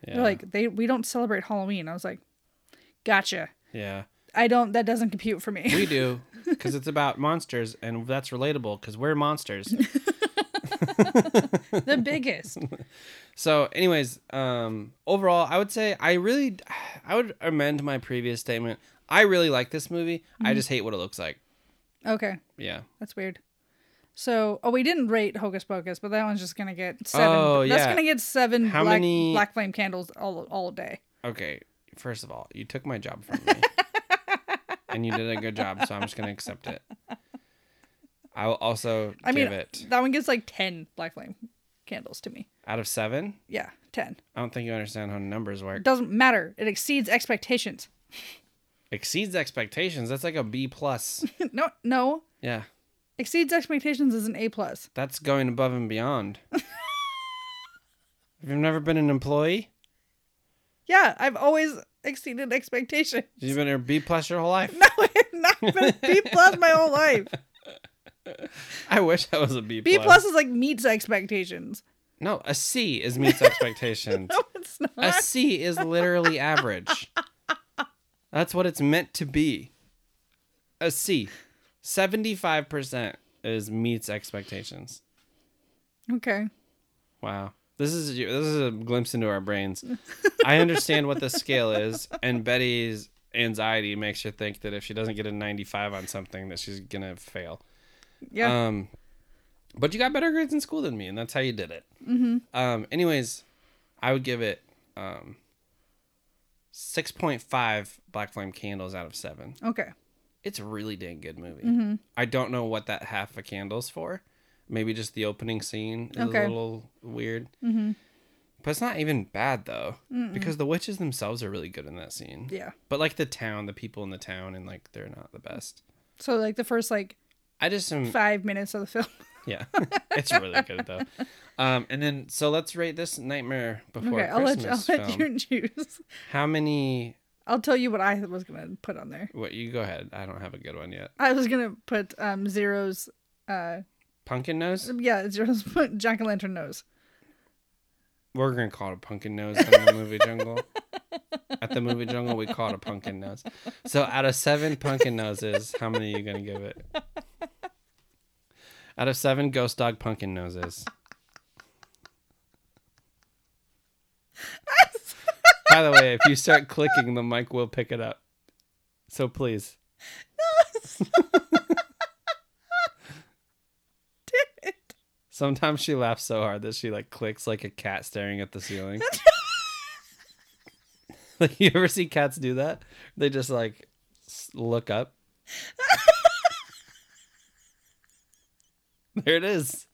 yeah,
They're like, "They we don't celebrate Halloween." I was like, "Gotcha."
yeah.
I don't. That doesn't compute for me.
We do because it's about monsters, and that's relatable because we're monsters.
the biggest.
So, anyways, um, overall, I would say I really, I would amend my previous statement. I really like this movie.
Mm-hmm.
I just hate what it looks like.
Okay,
Yeah.
that's weird. So, oh, we didn't rate Hocus Pocus, but that one's just gonna get seven.
Oh,
That's
yeah.
gonna get seven
How
black
many-
black flame candles all all day.
Okay. First of all, you took my job from me, and you did a good job, so I'm just gonna accept it. I will also
I
give
mean,
it
that one gets like 10 black flame candles to me.
out of seven.
Yeah, 10.
I don't think you understand how numbers work.
It doesn't matter. It exceeds expectations.
Exceeds expectations. That's like a B plus.
no, no.
yeah,
Exceeds expectations is an A plus.
that's going above and beyond. Have you never been an employee?
Yeah, I've always exceeded expectations.
You've been a B plus your whole life.
No, I've not been a B plus my whole life.
I wish I was a B plus.
B plus is like meets expectations.
No, a C is meets expectations.
No, it's not.
A C is literally average. That's what it's meant to be. A C, seventy-five percent is meets expectations.
Okay.
Wow. This is this is a glimpse into our brains. I understand what the scale is, and Betty's anxiety makes her think that if she doesn't get a 95 on something, that she's gonna fail.
Yeah.
Um, but you got better grades in school than me, and that's how you did it. Mm-hmm. Um, anyways, I would give it um, 6.5 Black Flame candles out of seven.
okay.
It's a really dang good movie.
Mm-hmm.
I don't know what that half a candle's for. Maybe just the opening scene is
Okay.
a little weird. Mm-hmm. But it's not even bad though, because the witches themselves are really good in that scene.
Yeah.
But like the town, the people in the town, and like they're not the best.
So like the first like
I just am
five minutes of the film.
Yeah, it's really good though. Um, and then so let's rate this Nightmare Before
okay, I'll let, you- I'll
Christmas
let
film.
you choose.
How many?
I'll tell you what I was gonna put on there.
What you go ahead. I don't have a good one yet.
I was gonna put um zeros uh
Pumpkin nose.
Yeah, it's yours. Jack o' lantern nose.
We're gonna call it a pumpkin nose in the movie jungle. At the movie jungle, we call it a pumpkin nose. So out of seven pumpkin noses, how many are you gonna give it? Out of seven ghost dog pumpkin noses. By the way, if you start clicking, the mic will pick it up. So please.
Damn it.
Sometimes she laughs so hard that she like clicks like a cat staring at the ceiling. like you ever see cats do that? They just like s- look up. there it is.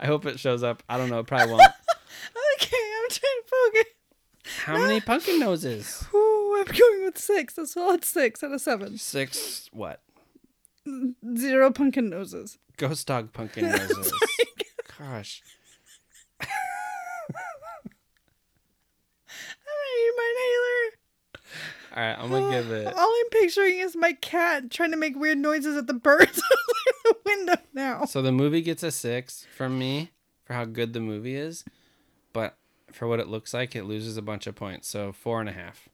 I hope it shows up. I don't know. It probably won't.
Okay, I'm trying to focus.
How many pumpkin noses?
Ooh, I'm going with six. That's solid six out of seven.
Six. What?
Zero pumpkin noses.
Ghost dog pumpkin noses. Gosh.
I'm gonna need my
All right, I'm gonna give it.
Uh, All I'm picturing is my cat trying to make weird noises at the birds outside the window now.
So the movie gets a six from me for how good the movie is, but for what it looks like, it loses a bunch of points. So four and a half,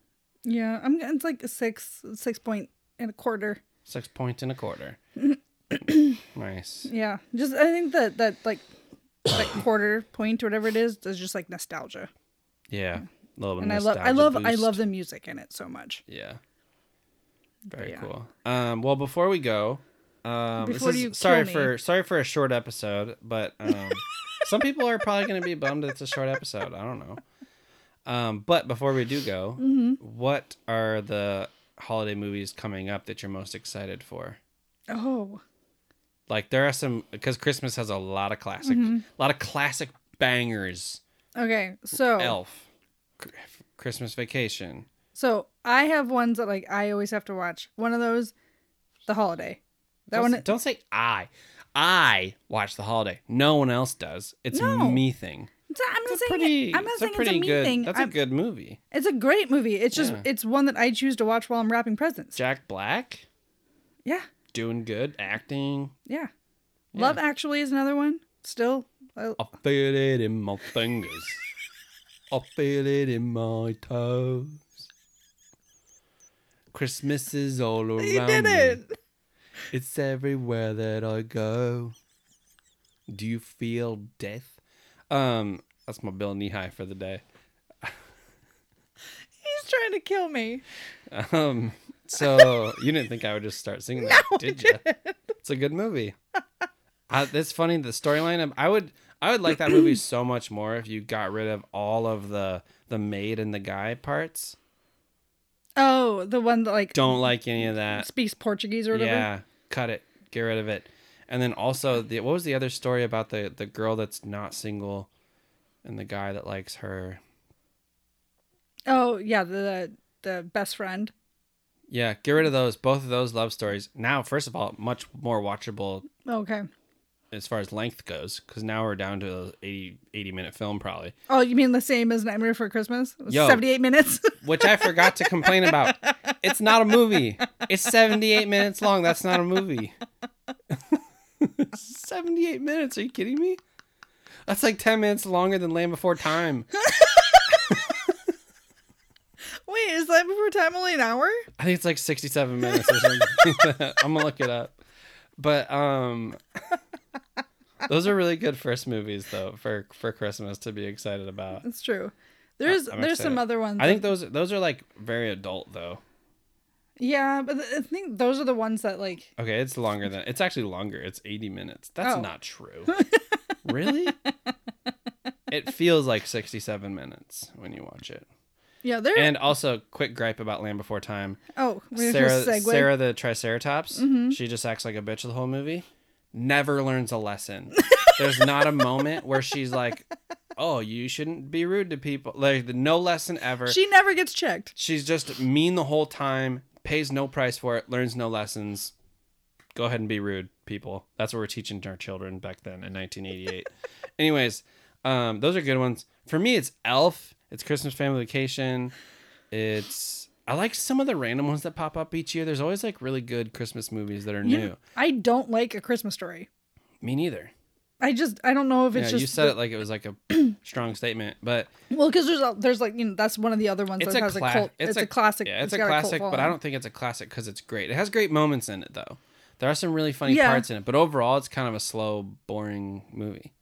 Yeah, I'm. It's like a six, six point and a quarter.
six point and a quarter. nice.
Yeah, just I think that that like that quarter point or whatever it is is just like nostalgia,
Yeah, a little bit.
and I love, I
nostalgia
love, I
boost.
love the music in it so much.
Yeah. Very
yeah.
cool. Um, well, before we go, um, this
Before
is-
you kill
sorry
me.
for sorry for a short episode, but um, some people are probably going to be bummed it's a short episode. I don't know. Um, but before we do go,
Mm-hmm.
what are the holiday movies coming up that you're most excited for?
Oh,
Like there are some because Christmas has a lot of classic,
Mm-hmm.
a lot of classic bangers.
okay. So
Elf, Cr- Christmas Vacation.
So I have ones that like I always have to watch. One of those, the holiday. That
don't,
one.
s- don't say I. I watch the holiday. No one else does. It's
No.
a me thing.
it's not- I'm not
It's a
saying
pretty.
it, I'm not
it's
saying
a pretty
it's a mean
good.
thing.
That's
I'm-
a good movie.
It's a great movie. It's just
Yeah.
it's one that I choose to watch while I'm wrapping presents.
Jack Black
Yeah,
doing good acting.
yeah. Love Actually is another one. Still, I,
I feel it in my fingers. I feel it in my toes. Christmas is all around
you did
me.
it.
It's everywhere that I go. Do you feel death? Um, that's my Bill knee high for the day.
He's trying to kill me.
Um, so you didn't think I would just start singing that,
No, I
did you? It's a good movie. I, it's funny the storyline. Of, I would I would like that movie so much more if you got rid of all of the the maid and the guy parts.
Oh, the one that like
Don't like any of that.
speaks Portuguese or whatever.
Yeah, cut it. Get rid of it. And then also the what was the other story about the the girl that's not single, and the guy that likes her.
Oh yeah, the the best friend.
Yeah, get rid of those. Both of those love stories. Now, first of all, much more watchable
Okay.
as far as length goes because now we're down to a 80, 80 minute film probably
Oh, you mean the same as Nightmare Before Christmas? It was
Yo.
78 minutes.
which i forgot to complain about it's not a movie it's 78 minutes long that's not a movie 78 minutes are you kidding me that's like 10 minutes longer than land before time
Wait, is that before time only an hour?
i think it's like 67 minutes or something i'm gonna look it up but um those are really good first movies though for for christmas to be excited about
That's true. There's
I'm
there's some
excited.
other ones.
i think those those are like very adult though
yeah, but I think those are the ones that like
Okay, it's longer than it's actually longer. It's 80 minutes. That's
Oh.
not true. really? It feels like 67 minutes when you watch it.
yeah they're
And also, quick gripe about Land Before Time.
oh we're
Sarah,
gonna segue. Mm-hmm.
Sarah the Triceratops, she just acts like a bitch the whole movie. Never learns a lesson. There's not a moment where she's like, "Oh, you shouldn't be rude to people." Like no lesson ever.
She never gets checked.
She's just mean the whole time, pays no price for it, learns no lessons. Go ahead and be rude, people. That's what we're teaching to our children back then in 1988. Anyways, um, those are good ones. For me, it's Elf, it's Christmas Family Vacation. It's I like some of the random ones that pop up each year. There's always like really good Christmas movies that are
You-
new.
I don't like a Christmas story.
Me neither.
I just I don't know if
Yeah,
it's just
you said it like it was like a strong statement, but
well because there's a, there's like you know that's one of the other ones
it's
that
a,
has
cla-
a cult. It's, a, classic.
Yeah, it's, a
got cult
classic, but I
following.
don't think it's a classic because it's great. It has great moments in it though. There are some really funny
Yeah.
parts in it, but overall, it's kind of a slow, boring movie.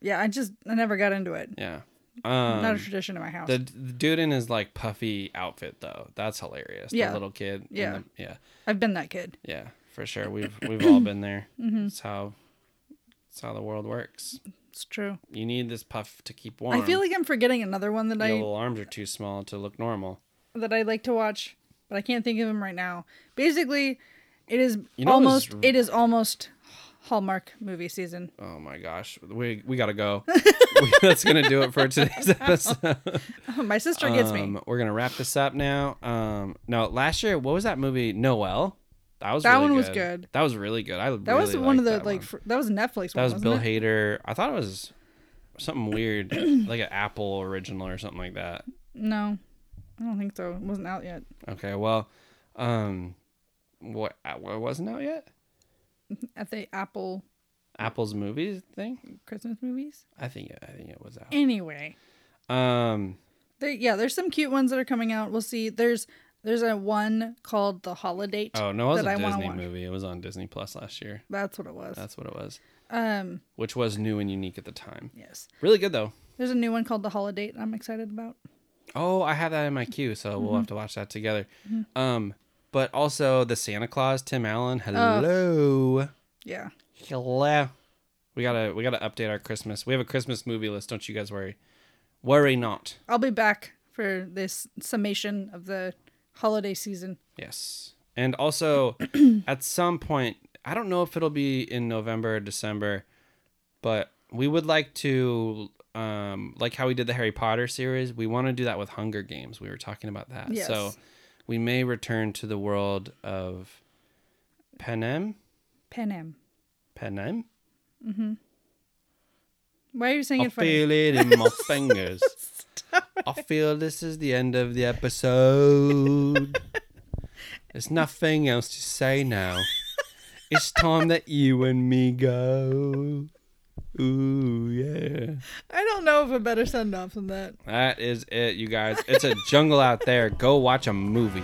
Yeah, I just I never got into it.
Yeah.
Not a
Um,
tradition in my house.
the, the dude in his like puffy outfit though, that's hilarious.
Yeah.
The little kid. in
Yeah.
the- yeah.
I've been that kid.
Yeah. For sure, we've we've all been there.
Mm-hmm.
It's how it's how the world works.
It's true.
You need this puff to keep warm.
I feel like I'm forgetting another one that
your
I
little arms are too small to look normal.
that I like to watch, but I can't think of them right now. Basically, it is
You know
almost
what's-
it is almost Hallmark movie season.
Oh my gosh, we we gotta go. That's gonna do it for today's episode.
My sister gets me.
Um, We're gonna wrap this up now. Um, no, last year, what was that movie? Noel. That was
That
really
one was good.
That was really good. I
That was
really
one of the
liked that
like
one.
fr- that was a Netflix
that
one.
was
wasn't
Bill
it?
Hader. I thought it was something weird, like an Apple original or something like that.
No, I don't think so. It wasn't out yet.
Okay, well, um, what uh, what wasn't out yet?
At the Apple
Apple's movies thing.
Christmas movies.
I think I think it was out.
Anyway,
Um,
there, yeah, there's some cute ones that are coming out. We'll see. There's there's a one called The Holiday.
oh no, it was
that
a
I wanna
Disney
watch.
movie. It was on Disney Plus last year.
That's what it was.
That's what it was,
um,
which was new and unique at the time.
yes.
Really good though.
There's a new one called The Holiday that I'm excited about.
Oh, I have that in my queue, so we'll have to watch that together. Um, but also the Santa Claus, Tim Allen. Hello,
Yeah.
hello. We gotta we gotta update our Christmas. We have a Christmas movie list. Don't you guys worry. Worry not.
I'll be back for this summation of the holiday season.
Yes. And also, at some point, I don't know if it'll be in November or December, but we would like to, um, like how we did the Harry Potter series, we want to do that with Hunger Games. We were talking about that.
Yes.
So we may return to the world of Panem.
Pan Am.
Panem?
Why are you saying
I
it funny?
feel it in my fingers. I feel this is the end of the episode. There's nothing else to say now. It's time that you and me go. Ooh, yeah.
I don't know of a better send off than that.
That is it, you guys. It's a jungle out there. Go watch a movie.